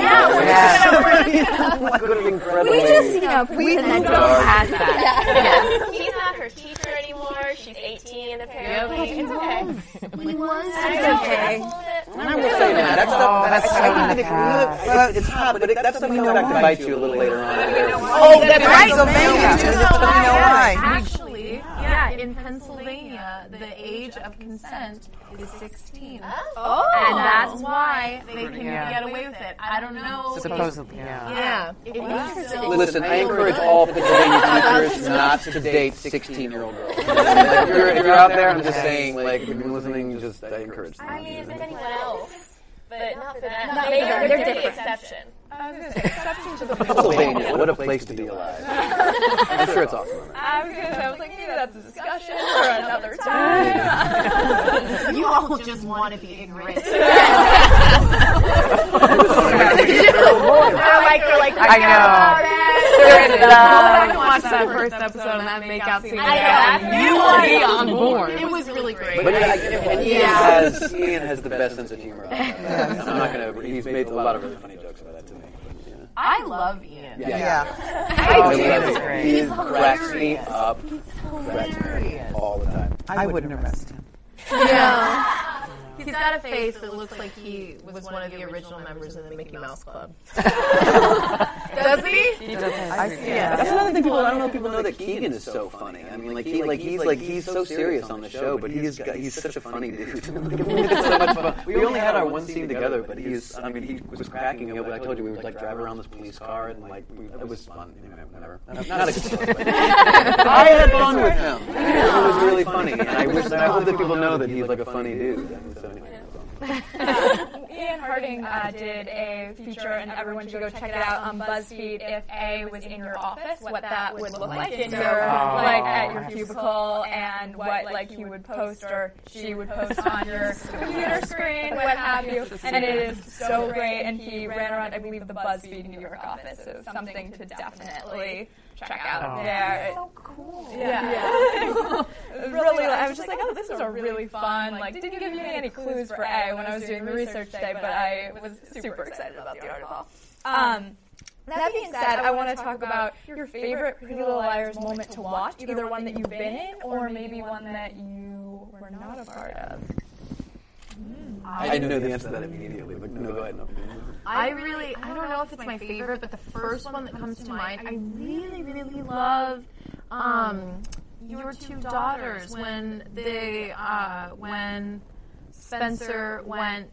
S6: Yeah. what an incredible.
S5: We just, you know, pretend that doesn't have that.
S3: He's not her teacher anymore. She's 18 apparently. It's okay. I know. That's all that-
S6: I will say that. That's the, Oh, that's I think it could- well, it's hot, but it, that's something that could bite you a little later on.
S8: Oh, that's Pennsylvania. You know why?
S4: Actually, yeah, in Pennsylvania, the age of consent is 16.
S3: Oh.
S4: And that's why they can
S7: Yeah.
S4: get away with it. I don't know.
S7: Supposedly, yeah.
S4: Yeah. If you still
S6: Listen, I encourage all Pennsylvania teachers not to date 16 year old girls. Like, if, you're, if you're out there, I'm just saying, like, if you've been listening, just I encourage them.
S3: I mean, if it's anyone else, but not for them. They are they're the exception.
S6: Pennsylvania, what a place to be alive. I'm sure it's awesome.
S2: I was, gonna, I was like, maybe that's a discussion for another time.
S4: you all just want to be ignorant.
S2: They're like, they're like,
S7: I know.
S2: they're in love. I watched that first episode and that makeout scene.
S3: You
S7: Be on board.
S4: It was really great.
S6: But yeah, like, and Ian, has, Ian has the best sense of humor. on that. I'm not going to, he's made a lot of really funny jokes about that to me.
S4: I love Ian.
S6: Yeah.
S7: Oh,
S6: I love
S7: Jesus
S6: it.
S7: Christ.
S6: He cracks me up. Cracks me up all the time.
S8: I wouldn't arrest him.
S4: He's got a face that looks like he was one of the original members of the Mickey Mouse Club. Does he?
S8: I yeah.
S6: That's another thing people. I don't know if people know that Keegan is so funny. I mean, like he, like he's like he's so serious on the show, but he's got, he's such a funny dude. Like, we, had so much fun. We only had our one scene together, but he's. I mean, he was cracking me up. I told you we would like drive around this police car and like we, it was fun. Anyway, whatever. Not, not a good story. but- I had fun with him. It was really funny, and I wish that I hope that people know that he's like a funny dude. I mean, so anyway.
S2: Ian Harding uh, did a feature, and everyone should go check it out on BuzzFeed. If A was in your office, what that would look like in your, like at your cubicle, and what like you would post or she would post on your computer screen, what have you. And it is so great. And he ran around, I believe, the BuzzFeed New York office. So something to definitely check out there. so cool. Yeah. It was really, I was just like, oh, this is a really fun. Like, didn't give me any clues for A when I was doing the research today, but I was super excited about the article. Um, that being said, I want to talk about your favorite Pretty Little Liars moment to watch, either one that you've been in or maybe one that you were not a part of.
S6: I know the answer to that immediately, but no, go ahead. No.
S4: I really, I don't know if it's my favorite, but the first one that comes to mind, I really, really love um, your two daughters when they, uh, when Spencer went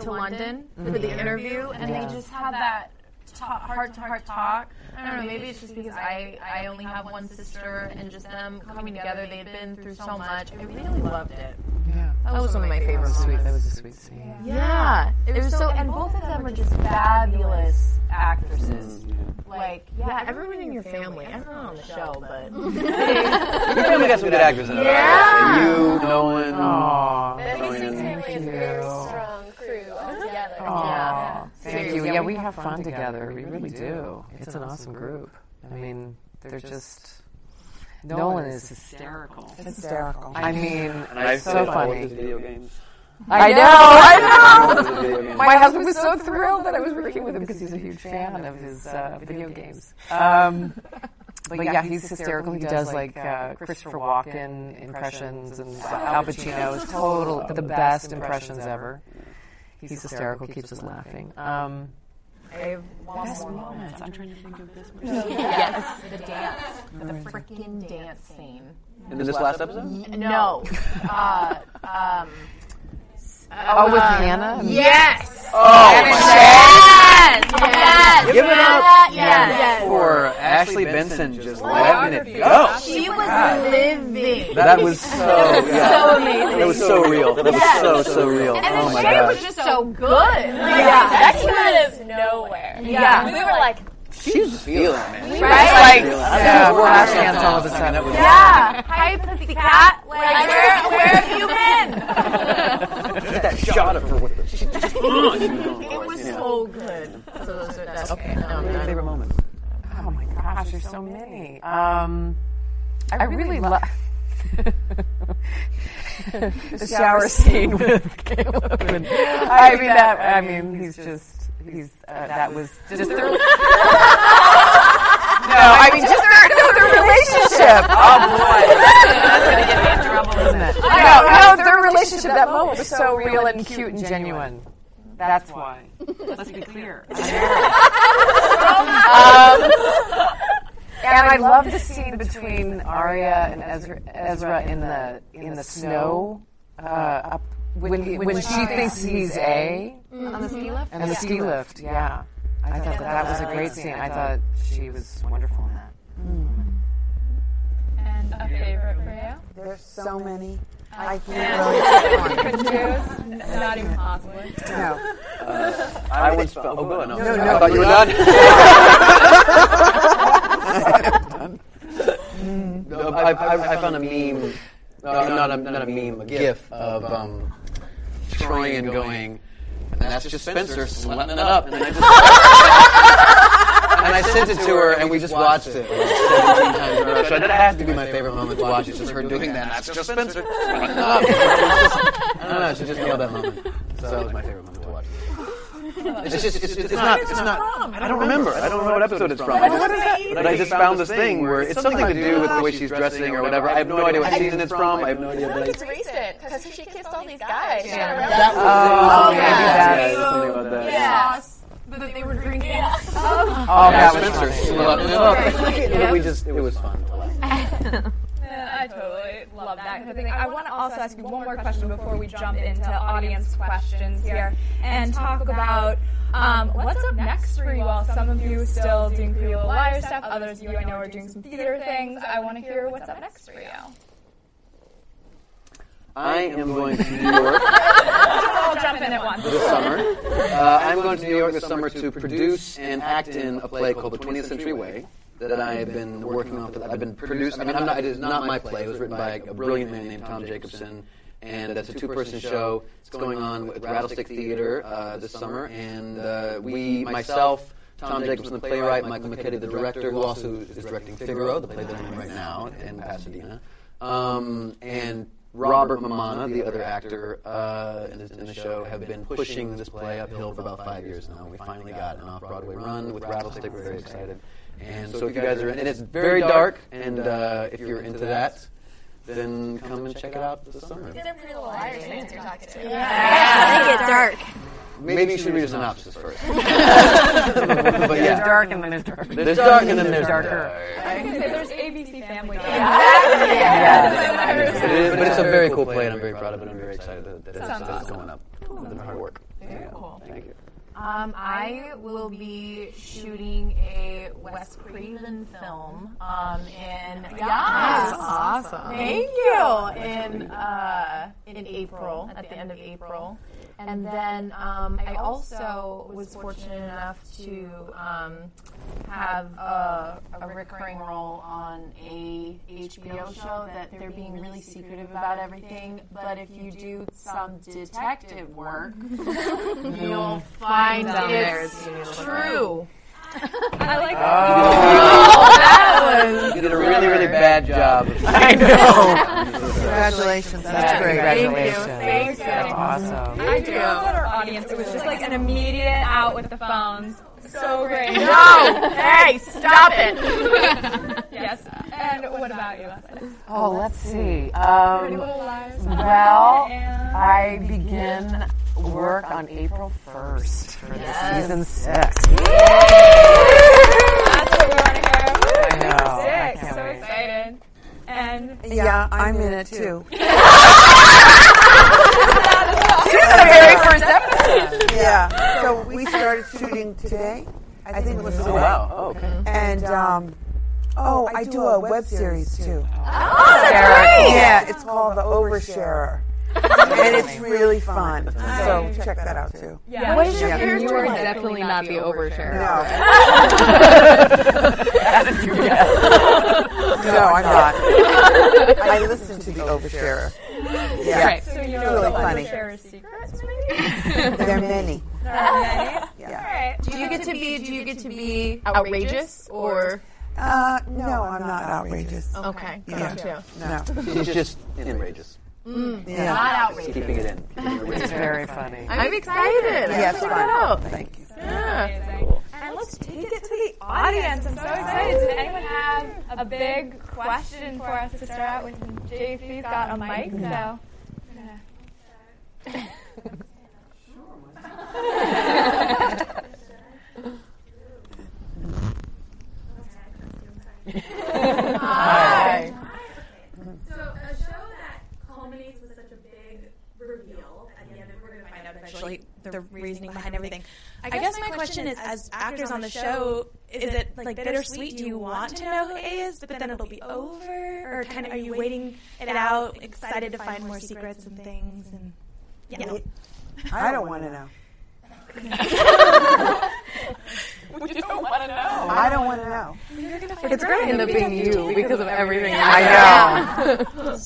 S4: to London for the interview, and they just had that ta- heart-to-heart talk. I don't know, maybe it's just because I, I only have one sister, and just them coming together, they had been through so much. I really loved it.
S9: That was one of my favorite
S7: Sweet.
S9: moments.
S7: That was a sweet scene.
S4: Yeah, it was so, and both of them were just fabulous actresses. Like, yeah, everyone in your family. Everyone on the show, but
S6: Your family got some good actors in it.
S4: Yeah.
S6: You, Nolan.
S3: family is a very strong crew altogether.
S7: Aw, Thank you.
S9: Seriously.
S7: Yeah, we have fun together. We really do. It's an awesome group. I mean, they're just. Nolan is hysterical.
S8: Hysterical.
S7: I mean,
S6: And I've
S7: so
S6: played all of
S7: funny.
S6: his video games.
S7: I know. I know.
S6: Video games.
S7: My husband was so thrilled that I was working with him because he's a huge fan of his uh, video games. Um, but yeah, he's hysterical. He does like uh, Christopher Walken impressions and Al Pacino's total the best impressions ever. He's hysterical. Keeps us laughing. Um,
S4: I have one more moment.
S7: I'm trying to think of this one.
S4: Yes, the dance, the freaking dance scene.
S6: In this last episode?
S4: No, uh, um, uh,
S7: Oh, with Hannah.
S4: yes,
S6: Oh, Give it up
S4: yes.
S6: for Ashley Benson just letting it go.
S4: She was living.
S6: That was so yeah.
S4: So amazing.
S6: That was so real. That was so so real.
S4: And
S6: Oh
S4: then
S6: my
S4: Shay was
S6: gosh.
S4: just so good. yeah.
S3: That came out of nowhere.
S4: Yeah.
S3: We were like,
S6: She was feeling it, man.
S7: Like,
S6: She was feeling it.
S7: yeah, flash dance all of a
S6: I mean, that
S7: sudden.
S6: was-
S4: Hi, pussycat. Like, where, where have you been?
S6: Get that shot of her with the. She just-
S4: It was so good. So those are that's okay.
S6: My favorite moment.
S7: Oh my gosh, there's so many. Um, I really love the shower scene with Caleb. and- I mean that. I mean, he's just. He's uh, that was just their. no, I mean just their, no, their relationship. Oh boy, that's gonna get me in trouble, isn't it? No, no, their relationship. That moment was so real and cute and genuine. That's why. Let's be clear. Um, And I love the scene between Arya and Ezra, Ezra in the in the snow uh, up when he, when she thinks he's A
S9: On the ski lift?
S7: and the ski lift. Yeah, I thought that that was a great scene. I thought she was wonderful in that.
S2: And a favorite for you?
S8: There's so many. I can't really.
S2: Not even possible.
S8: No.
S6: I once felt. Oh, go ahead. No,
S8: No,
S6: I
S8: no,
S6: thought you were done. No, I, I, I found a meme. Uh, not, a, not a meme, a gif of um, Troy and going, and that's just Spencer slutting it up. And I just. And I sent it to her, and we just watched it. like, 17 times in a row. So that has to be my favorite moment to watch. It's just her doing that. and That's just Spencer. slutting it up. It's just- I don't know. She just nailed that moment. So that was my favorite moment to watch. It's just, it's, it's, it's not, it's not, I don't remember. I don't know what episode it's from. But I just found this thing where it's something to do with the way she's dressing or whatever. I have no idea what season it's from. I have no idea. But I,
S3: it's recent because she kissed all these guys. Yeah.
S7: Oh, maybe
S6: yeah,
S7: that's-
S6: yeah, something about that.
S4: That they were drinking.
S7: oh, that was
S6: Spencer.
S7: funny.
S6: But we just, it was fun. to laugh.
S2: I totally love that kind of thing. I want to also ask you one more question before we jump into audience questions here and talk about um, what's up next for you all. Some of you still doing Pretty Little Liars stuff. Others of you I know are doing some theater things. I want to hear what's up next for you.
S6: I am going to New York
S2: I'll jump in at once.
S6: this summer. Uh, I'm going to New York this summer to produce and act in a play called The 20th Century Way that I have been working on. For, I've been produced. I mean, I'm not, it is not my play. It was written by a brilliant man named Tom Jacobson, and that's a two-person show. It's going on at the Rattlestick Theater uh, this summer, and uh, we, myself. Tom Jacobson, the playwright, Michael McKinney, the director, who also is directing Figaro, uh, the play that I'm in right now in Pasadena, um, and Robert Mamana, the other actor uh, in, the, in the show, have been pushing this play uphill for about five years now. We finally got an off-Broadway run with Rattlestick. We're very excited. And so if you guys are in, and it's very dark, and uh, if you're uh, into that, then come and check it out this summer.
S3: These are pretty little liars fans you're talking to.
S10: They get dark.
S6: Maybe you should read a synopsis first.
S7: But
S6: but
S7: There's
S6: yeah,
S7: dark and then there's dark.
S6: there's dark and then there's darker.
S2: There's ABC Family.
S6: But, it- but it's a very cool play, and I'm very proud of it. I'm very excited that, that it's, that it's going up. The hard work. Yeah. Thank you.
S4: Um, I will be shooting a Wes Craven film. Um, in yeah,
S9: Awesome.
S4: thank you. In uh, in April, at the end of April, and then um, I also was fortunate enough to um, have a, a recurring role on a HBO show that they're being really secretive about everything. But if you do some detective work, you'll find
S9: out
S4: it's
S9: there's
S4: true.
S2: I like
S4: Oh.
S6: You did a really, really Oh, bad job.
S7: I know.
S8: Congratulations. That's great.
S7: Congratulations.
S4: Thank you.
S7: That's awesome.
S2: I do love that our audience. It was just like an immediate out with the phones. So great.
S4: No! hey, stop it!
S2: Yes. And what about you?
S7: Oh, let's see. Um, well, I begin work on April 1st for the season six.
S2: That's what we want to hear.
S7: I know. I
S2: Sick.
S7: can't
S2: So
S7: wait.
S2: excited. And
S8: Yeah, I'm in it too.
S7: The very first episode.
S8: Yeah. So we started shooting today. I think it was today.
S6: Wow. Oh, okay.
S8: And um, oh, I do a web series Oh, too.
S7: Sarah.
S8: Yeah, it's called The Oversharer. and it's really fun. So check that out too.
S2: yeah.
S9: What is your character? You are definitely not the overshare.
S8: No,
S7: Attitude, yes.
S8: no, I'm not. I listen to The Oversharer. Yeah,
S9: Right.
S2: So you
S8: really
S2: know the
S8: funny.
S2: undershare secrets,
S8: there are many.
S4: Do you get to be? Do you get to be outrageous or?
S8: Uh, no, I'm not outrageous.
S4: Okay, gotcha.
S8: No.
S6: She's just outrageous.
S4: Mm.
S8: Yeah.
S4: Not outrageous.
S6: Keeping it in.
S7: It's very funny.
S4: I'm excited.
S8: Yeah, it's fun.
S2: Oh,
S4: out.
S8: Thank you.
S2: And let's take it to the audience. I'm so excited. Does anyone have a big question for us to start out with? JC's got a mic, so.
S3: So a show that culminates with such a big reveal at the end, and we're going to find out eventually the reasoning behind everything. I guess, my question is, as actors on the show, is it like bittersweet? Do you want to know who A is, but then it'll be over, or kind of are you waiting it out, excited to find more secrets and things? And yeah,
S8: I don't want to know. I don't want to know.
S9: It's going to end up being you because of everything.
S7: I know.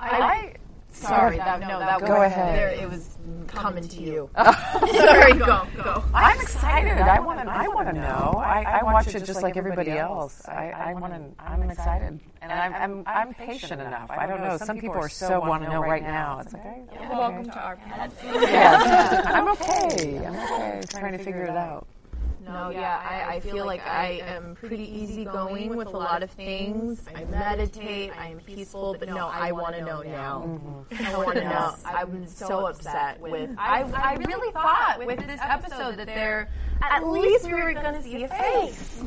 S4: I, sorry, that, no, that
S7: Go
S4: was
S7: ahead.
S4: There, it was coming to you. sorry, go, go.
S7: I'm excited. I want to. I want to know. I, I watch it just like everybody else. I, I want to. I'm excited, and I'm, I'm I'm patient enough. I don't know. Some people are so want to know right now. It's like I,
S2: Welcome to our panel.
S7: I'm okay. I'm okay. Trying to figure it out.
S4: No, yeah, I, I feel like I am pretty easygoing with a lot of things. I meditate, I am peaceful, but no, I want to know now.
S8: Mm-hmm.
S4: I want to know. I'm so upset with. I, I really thought with this episode that there, at least we were going to see a face.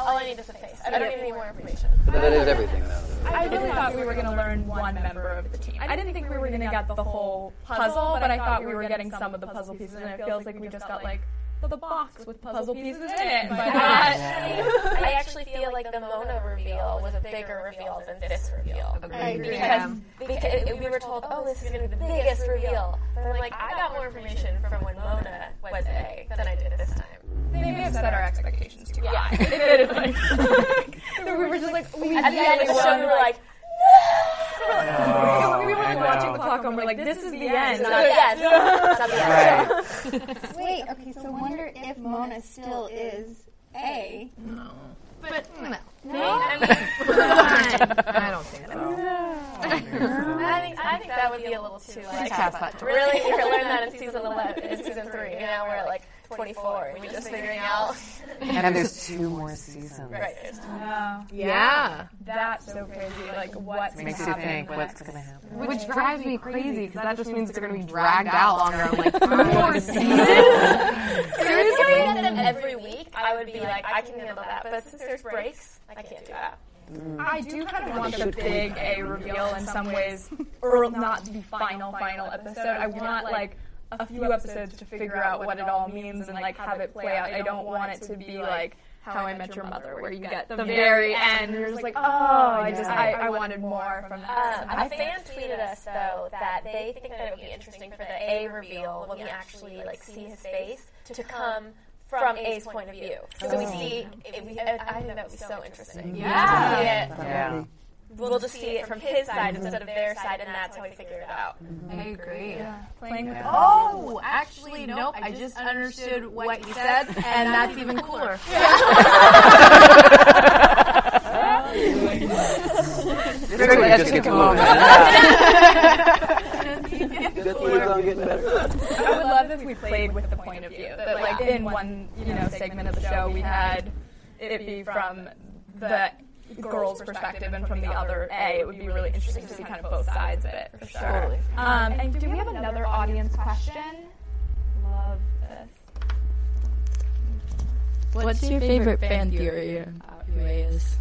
S3: all I need is a face. I don't need any more information.
S6: But that is everything, though.
S2: I really thought we were going to learn one member of the team. I didn't think we were going to get the whole puzzle, but I thought we were getting some of the puzzle pieces, and it feels like we just got like the box with puzzle pieces in it. But not-
S3: I actually feel like the Mona reveal was a bigger reveal than this reveal. Because, because we were told, oh, this is going to be the biggest reveal. But I'm like, I got more information from when Mona was A than I did this time.
S2: they may have set our expectations too high.
S3: Yeah.
S2: It is like- we were just like we
S3: At the end of the show, we were like,
S2: we were like watching the clock, and we're like, this is the end.
S3: not yet. Not the end.
S5: Wait, okay, so wonder if Mona still is A.
S4: But no. I don't think so.
S3: I think, I think that would be a little too like
S9: pass that torch.
S3: really we learned that in season eleven, in season three. You know, we're like twenty four and we're just figuring out.
S7: and there's two more seasons.
S3: right.
S2: Yeah.
S9: Yeah.
S2: That's so crazy. Like what's
S7: Makes you
S2: gonna happen
S7: think what's
S2: next.
S7: going to happen.
S9: Which drives me crazy because that just means they're going to be dragged out longer. I'm like, more seasons?
S3: If
S9: Seriously?
S3: we did them every week, I would be like, I can handle that. But since there's breaks, I can't do that.
S2: I do kind of want the big A reveal in some ways, or not the final final episode. I want like a few episodes to figure out what it all means and like have it play out. I don't want it to be like How I Met Your Mother, where you get the very end. and You're just like, oh, I just I, I wanted more from that.
S3: Um, a fan tweeted us though that they think that it would be interesting for the A reveal when we actually like see his face to come from A's point of view. So we see. It, we, I I think that would be so interesting.
S9: Yeah.
S3: Yeah.
S7: Yeah.
S3: We'll just see it from his side instead of their side, and that's how we figure it out.
S9: I agree.
S2: Playing with
S9: Oh, actually, nope. I just understood what you said, and that's even cooler.
S7: Literally,
S6: just gets longer. That's what it's all getting better.
S2: I would love if we played with the point of view. That like in one you know segment of the show we had it be from the girl's perspective and from the other A. It would be really interesting to see kind of both sides of it for sure. Um, and do we have another audience question? Love this.
S11: What's your favorite fan theory about who A is?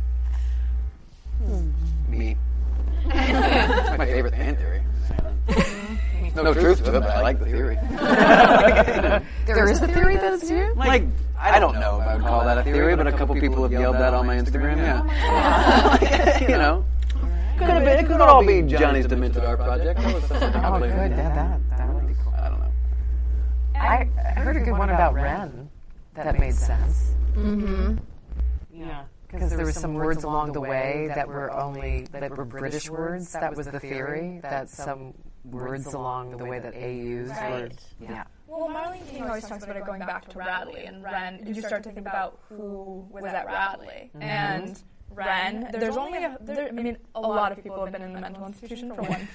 S7: Hmm.
S6: Me. That's my favorite fan theory.
S7: Mm-hmm.
S6: No truth to it, but I like the theory.
S7: There is a theory that it's you?
S6: Like, I don't know if I would call that a theory, but a couple people have yelled that on my Instagram.
S7: Oh
S6: Yeah. you know. Could have been. It could all be Johnny's Demented Art Project. That was something
S7: Oh,
S6: probably-
S7: good. Yeah, that, that would be cool.
S6: I don't know.
S7: I, I heard a good one about Ren. That made sense. Mm-hmm. Yeah. Because there were some words along the way that were only that were British words. That was the theory that some words along the way that A used were. Yeah.
S2: Well, Marlene King always talks about it going back to Radley and Ren. You start to think about who was at Radley and Ren. There's only a, there, I mean a lot of people have been in the mental institution for one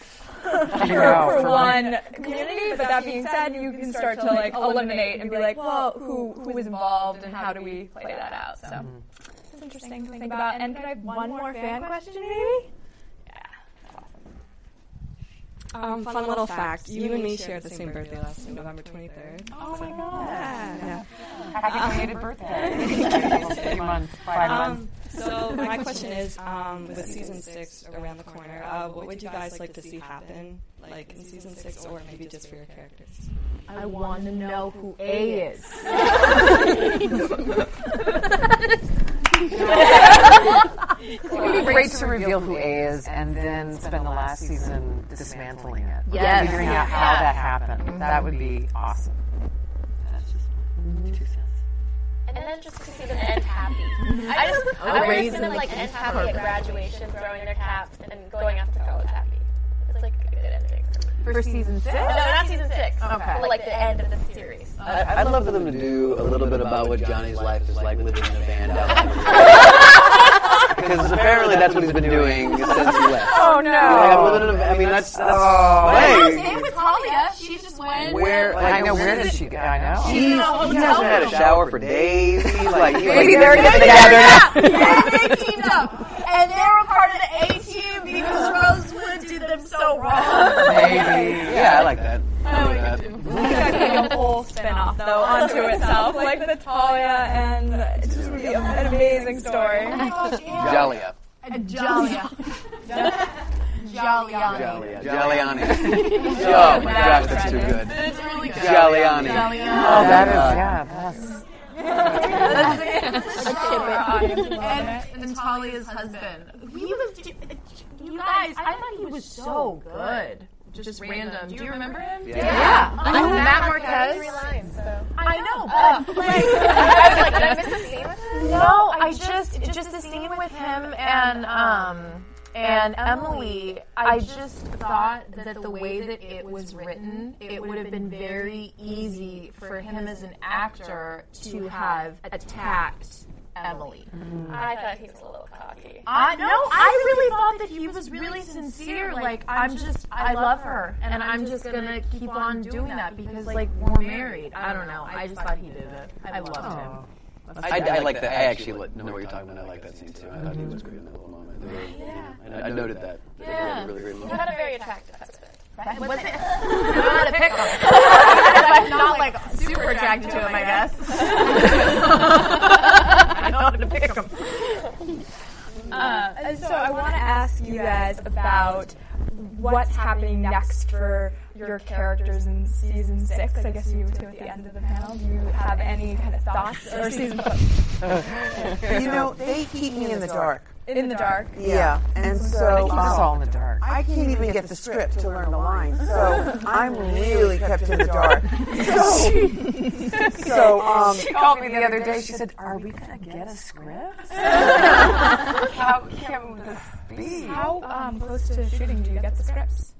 S7: Yeah,
S2: for
S7: for
S2: one community. But that being said, you can start to like eliminate and be like, well, who who was involved and how do we play that out? So it's interesting to think about. And could I have one more fan question, maybe?
S11: Um, fun little fact. You and me shared the same birthday last November 23rd.
S2: Oh my god!
S7: Happy belated birthday. Three months, five
S11: Um,
S7: months.
S11: so my question is, um, with season six around the corner, uh, what would you guys like to see happen, like in season six, or maybe just for your characters?
S4: I want to know who A is.
S7: It would be great to reveal who A is and then spend the last season dismantling it. Mm-hmm.
S4: Yes.
S7: Figuring out how that happened. That would be awesome.
S6: That's just my two cents.
S3: And then just to see them end happy. I just, I want to see
S4: raising
S3: them like end happy at graduation, throwing their caps, and going off to college happy. It's like a good ending.
S9: For season six?
S3: No, not season six. Okay. Like the end of the series.
S6: I, I'd love for them to do a little bit about what Johnny's life is like living in a van down Because apparently that's what he's been doing since he left. Oh no! Like, I'm living in a van. I mean, that's
S7: Oh,
S6: that's. hey,
S4: Same with Talia. She just went.
S6: where? Like,
S7: I know. Where did she go? I know.
S6: He, he hasn't had a shower for days. He's like, he's like
S4: they teamed up, and they were part of the A team because Rosewood did them so wrong.
S6: Maybe. Yeah, I like that. I like that.
S2: a whole spin-off though onto itself, like Natalia, and it just would be an amazing story.
S6: Jalia.
S4: Jalia. Jalia.
S6: Jalia. Jaliani. Oh my gosh, that's too good. Jaliani.
S7: Oh, that is. Yeah, that's.
S6: Uh,
S4: And Natalia's husband. He was. j- j- You guys, I thought he was so good. Just random. Do you remember him? Uh,
S9: Yeah. I know Matt
S3: Three
S9: Marquez.
S3: lines. So.
S4: I know, but
S3: I was like, did I miss a scene with him?
S4: No, I just just the scene with him and um and Emily. I just thought that the way that it was written, it would have been very easy for him as an actor to have attacked Emily. Mm-hmm.
S3: I thought he was a little cocky.
S4: I no, I really thought that he was really sincere. Like I'm just, I love her, and I'm just gonna keep on doing that because like we're married. I don't know. I just thought he did it. I loved him.
S6: I, Oh, I, like that. I actually li- know what you're talking about. I like that scene too. I thought he was great in that little moment. Yeah. I, I noted that. That was a
S3: Yeah.
S6: Really, really great
S3: He had
S6: moment.
S3: a very attractive husband.
S4: Was it? not a pickle. I'm not like super attracted to him, I guess. I don't want to pick him.
S2: Uh, and so I want to ask you guys about what's happening next for your characters in season six. I guess you two at the end of the panel. Do you have any kind of thoughts or season?
S8: you know, they keep me in the dark.
S2: In the dark.
S8: Yeah, and so
S7: keep us
S8: um,
S7: all in the dark.
S8: I can't even get the script to learn the lines, so I'm really kept in the dark. So, so um,
S7: She called me the other day. She said, "Are we gonna get a script? How can this be?"
S2: How um, close to shooting do you get the scripts?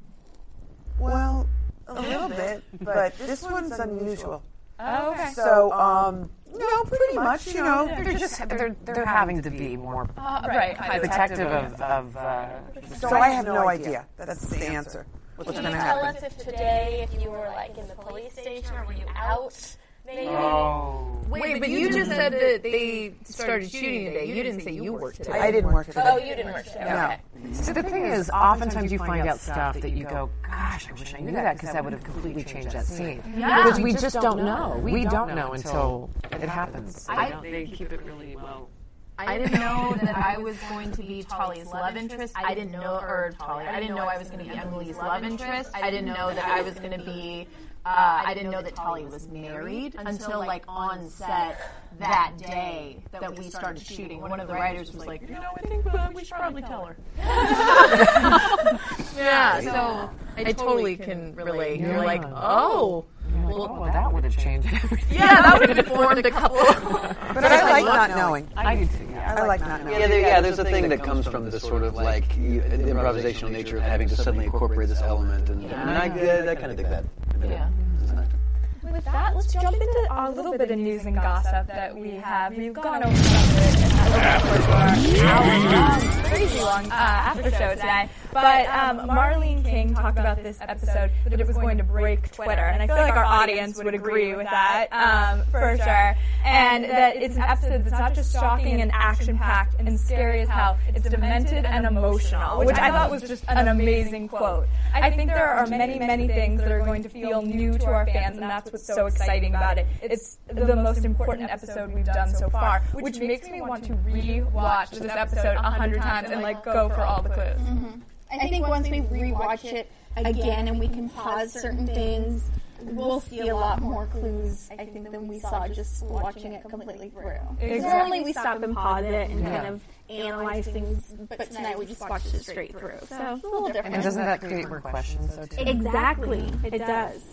S8: well, a little bit, but this one's unusual.
S2: Oh, okay.
S8: So, um, no, pretty much, you know,
S7: They're just they're they're having to be more
S2: Uh, right. Hi.
S7: protective of of. Uh,
S8: So I have no idea. That's the answer. What's
S3: Can
S8: going
S3: you
S8: to
S3: tell
S8: happen?
S3: us if today, if you were like in the police station or were you out? Maybe.
S7: oh,
S9: Wait, but you just said that they started shooting today. You didn't say you worked today.
S8: I didn't work
S3: Oh,
S8: today.
S3: you didn't work today.
S8: No.
S7: See, the thing is, oftentimes you find out stuff that you go, gosh, I wish I knew that because that would have completely changed that scene. Which we just don't know. We don't know until it happens.
S9: They keep it really well.
S4: I didn't know that I was going to be Tolly's love interest. I didn't know, or Tolly, I didn't know I was going to be Emily's love interest. I didn't know that I was going to be. Uh, I didn't know that Tolly was married until like on set that day that we started shooting. One of the writers was like, "You know, I think uh, we should probably tell her." yeah, so I totally can relate. You're like, "Oh,
S7: Well, that would have changed everything.
S4: yeah, that would have informed a couple."
S8: But I like not knowing.
S7: I do too. Yeah.
S8: I like not knowing.
S6: Yeah, there, yeah, there's a thing that comes from this sort of like you- the improvisational nature of having to suddenly incorporate this element, and, and I, I, kind of dig that. Yeah.
S2: With that, let's jump into a little bit of news and gossip that we have. We've gone over some of it in that little crazy long uh, after show today. But um, Marlene King talked about this episode that it was going to break Twitter, and I feel like our audience would agree with that um, for sure. And that it's an episode that's not just shocking and action-packed and scary as hell. It's demented and emotional, which I thought was just an amazing quote. I think there are many, many things that are going to feel new to our fans, and that's what's so exciting about it. It's the most important episode we've done so far, which makes me want to re-watch this episode a hundred times and like go for all the clues.
S5: Mm-hmm. I think once we rewatch it again and we can pause certain things, we'll see a lot more clues. I think than we saw just watching it completely through.
S10: Normally we stop and pause it and kind of analyze things, but tonight we just watched it straight through. So it's a little different.
S7: And doesn't that create more questions though too?
S10: Exactly, it does.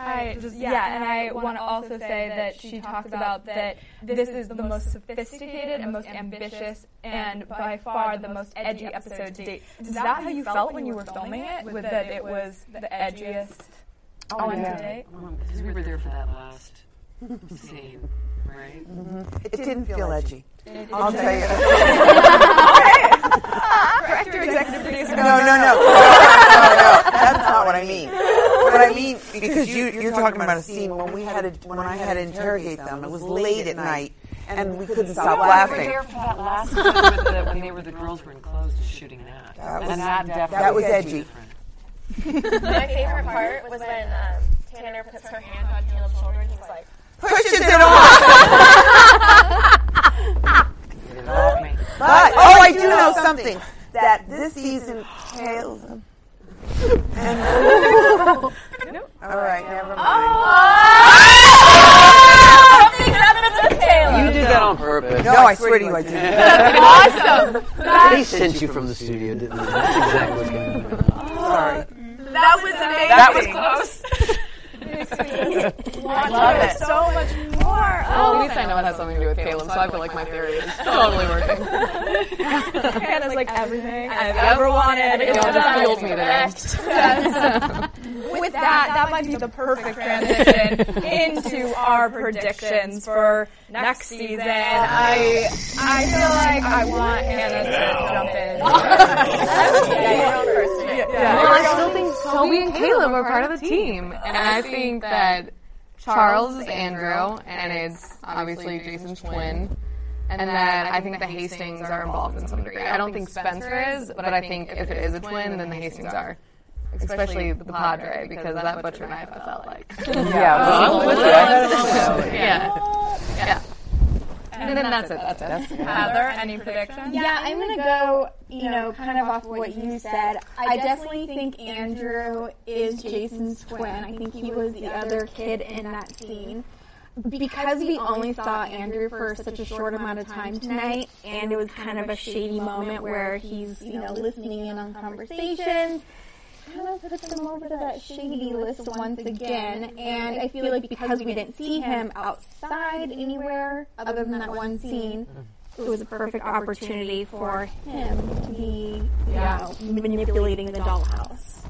S2: I just yeah, and I want to also say that she talks about that this is the most sophisticated and most ambitious and by far the most edgy episode to date. Is that how you felt when you were filming it? With that it was the edgiest
S7: Oh
S2: one to
S7: yeah.
S2: date?
S7: Because we were there for that last scene, right?
S8: It didn't feel edgy. I'll tell you.
S2: Director, executive producer.
S8: No, no, no. No, no. That's not what I mean. What I mean because you you're talking about a scene when we had to, when I had to interrogate them. It was late at night and we couldn't stop
S7: We were
S8: laughing.
S7: there for that last scene with the, when they were the girls were enclosed and shooting that.
S8: was-
S7: and that definitely
S8: that was edgy.
S7: different.
S3: My favorite part was when um, Tanner puts her hand on Caleb's shoulder and he's like,
S8: Pushes it on.
S7: It all made-
S8: But oh, I do know something that this season Caleb. And all right, never mind.
S3: Something happened to Caleb!
S6: You did that on purpose.
S8: No, I swear to you, I didn't.
S6: They sent you from the studio, didn't they? That's exactly what's going on.
S8: Sorry.
S4: That was amazing.
S7: That was close.
S2: want
S4: love
S2: to hear
S4: it.
S2: so much more.
S4: Well,
S11: Oh,
S4: at least I know it has something to do with Caleb, so I feel like my theory is totally working.
S2: Hannah's like everything I've
S4: ever
S2: ever wanted.
S4: wanted.
S2: It's
S4: It
S2: done.
S4: fuels me today.
S2: It's done. With that, that might be the perfect transition into our predictions for next season. I I feel like I want Hannah to jump in. Yeah, you're on first.
S4: Well, I
S2: Yeah.
S4: still think Toby and Caleb are part of the team, and I think that Charles is Andrew, and it's obviously Jason's twin, and that I think the Hastings are involved in some degree. I don't think Spencer is, but I think if it is a twin, then the Hastings are. Especially the Padre, because that butcher knife I felt like.
S7: Yeah, well,
S4: Well,
S7: with
S4: well,
S7: it.
S4: yeah. Yeah. And then that's it, that's it.
S2: Heather, any predictions?
S5: Yeah, I'm gonna go. You know, kind of off what you said. I definitely think Andrew is Jason's twin. I think he was the other kid in that scene. Because we only saw Andrew for such a short amount of time tonight, and it was kind of a shady moment where he's, you know, listening in on conversations, kind of puts him over to that shady list once again. And I feel like because we didn't see him outside anywhere other than that one scene, it was a perfect opportunity for him to be, you know, manipulating the dollhouse.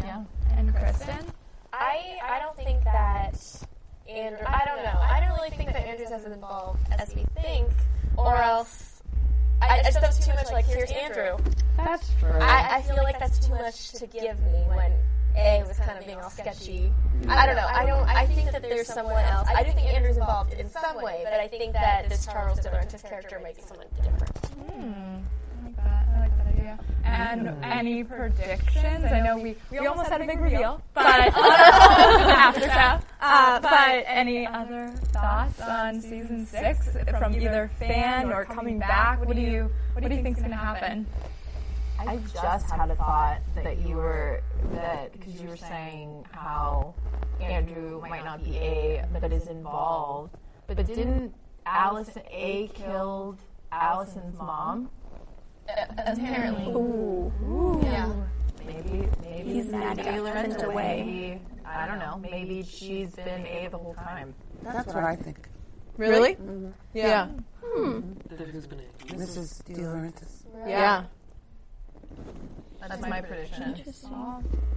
S2: Yeah. And Kristen?
S3: I I don't think that Andrew. I don't know. I don't really think that Andrew's as involved as we think, or else. I, I just that's too much. Like here's Andrew.
S4: That's true.
S3: I, I feel like that's too much to give me when A was kind of being all sketchy. I don't know. I don't. I think that there's someone else. I do think Andrew's involved in some way, but I think that this Charles Delarentis character might be someone different.
S2: I like that. I like that idea. Hmm. And any predictions? I know we, we almost had a big reveal, but
S3: uh,
S2: after show. Uh, but any other thoughts on season six from either fan or coming back? What do you what do you think's gonna happen?
S4: I just had a thought that you were that because you were saying how Andrew might not be A but is involved, but didn't Allison A killed Allison's mom?
S3: uh, Apparently.
S4: Yeah. Maybe maybe
S5: He's mad he got sent
S4: maybe-
S5: away.
S4: I don't know. Maybe she's been A the whole time.
S8: That's what I think.
S7: Really?
S4: Mm-hmm. Yeah.
S8: Mrs. De Laurentiis.
S4: Yeah. That's my prediction.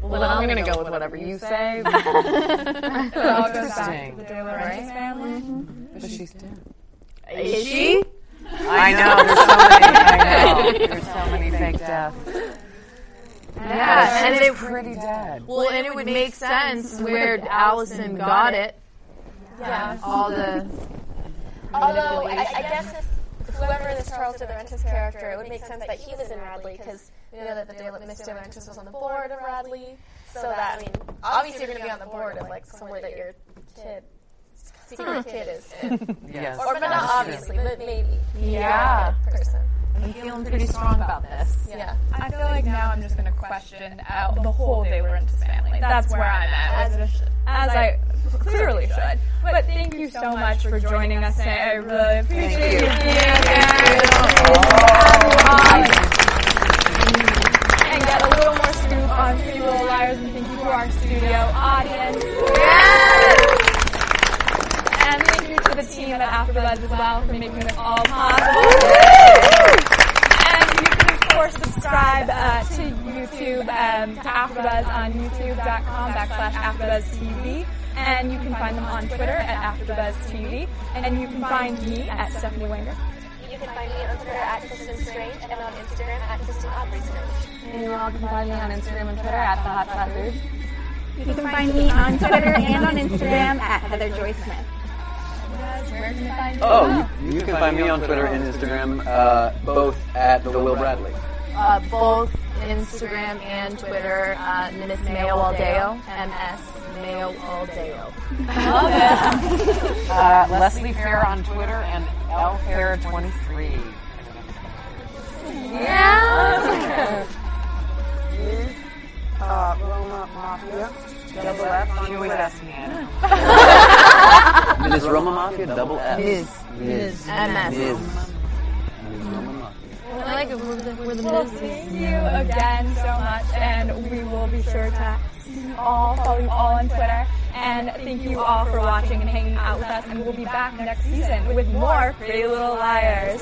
S4: Well, I'm gonna go with whatever you say.
S2: It all goes back to
S7: Interesting.
S2: the De Laurentiis family.
S4: Mm-hmm.
S8: But she's dead.
S4: Is she?
S7: I know. There's so many. I know. There's so many fake deaths.
S4: Yeah, and
S7: She's
S4: it
S7: pretty dead.
S4: Well, and it would make sense where Allison got it. Yeah. All the.
S3: Although I, I guess if whoever this Charles De Laurentiis character, it would make sense that he was in Radley because we know that the De La, Miss De Laurentiis was on the board of Radley. So that I mean, obviously you're going to be on the board of like somewhere that your kid, secret kid is, in.
S7: Yes.
S3: or but not obviously, but maybe.
S4: Yeah.
S3: Person.
S4: I'm feeling pretty strong about this.
S3: Yeah.
S2: I feel like now I'm just gonna question out the whole De Laurentiis family. That's where I'm at, as, it- as I clearly should. But thank you so much for joining us today. I really appreciate you being here. And get a little more scoop on Three Little Liars, and thank you to our studio audience. And thank you to the team at AfterBuzz as well for making this all possible. And you can, of course, subscribe uh, to YouTube, um, to AfterBuzz on youtube.com backslash AfterBuzzTV. And you can find them on Twitter at AfterBuzzTV. And you can find me at Stephanie Wenger.
S3: You can find me on Twitter at Kristen Strange and on Instagram at Kristen Aubrey Strange.
S4: And you all can find me on Instagram and Twitter at the Hot Pot Booth.
S5: You can find me on Twitter and on Instagram at Heather Joy Smith.
S6: Oh, you, you can find me on Twitter and Instagram, uh, both at the Will Bradley.
S4: Uh, both Instagram and Twitter, uh, Miss Mayo Aldeo, MS Mayo Aldeo.
S7: Uh, Leslie Fair on Twitter and lfair23.
S8: Uh, Roma Mafia. Double F.
S7: You always ask me. Anna.
S6: Ms. Roma Mafia, double F.
S8: Ms.
S6: Ms.
S4: MS.
S6: Ms. Ms. Roma Mafia.
S4: I like it. We're the, we're the
S2: Well,
S4: Mizzies.
S2: thank you again so much, and we will be sure to see you all, follow you all on Twitter, and thank you all for watching and hanging out with us, and we'll be back next season with more Pretty Little Liars.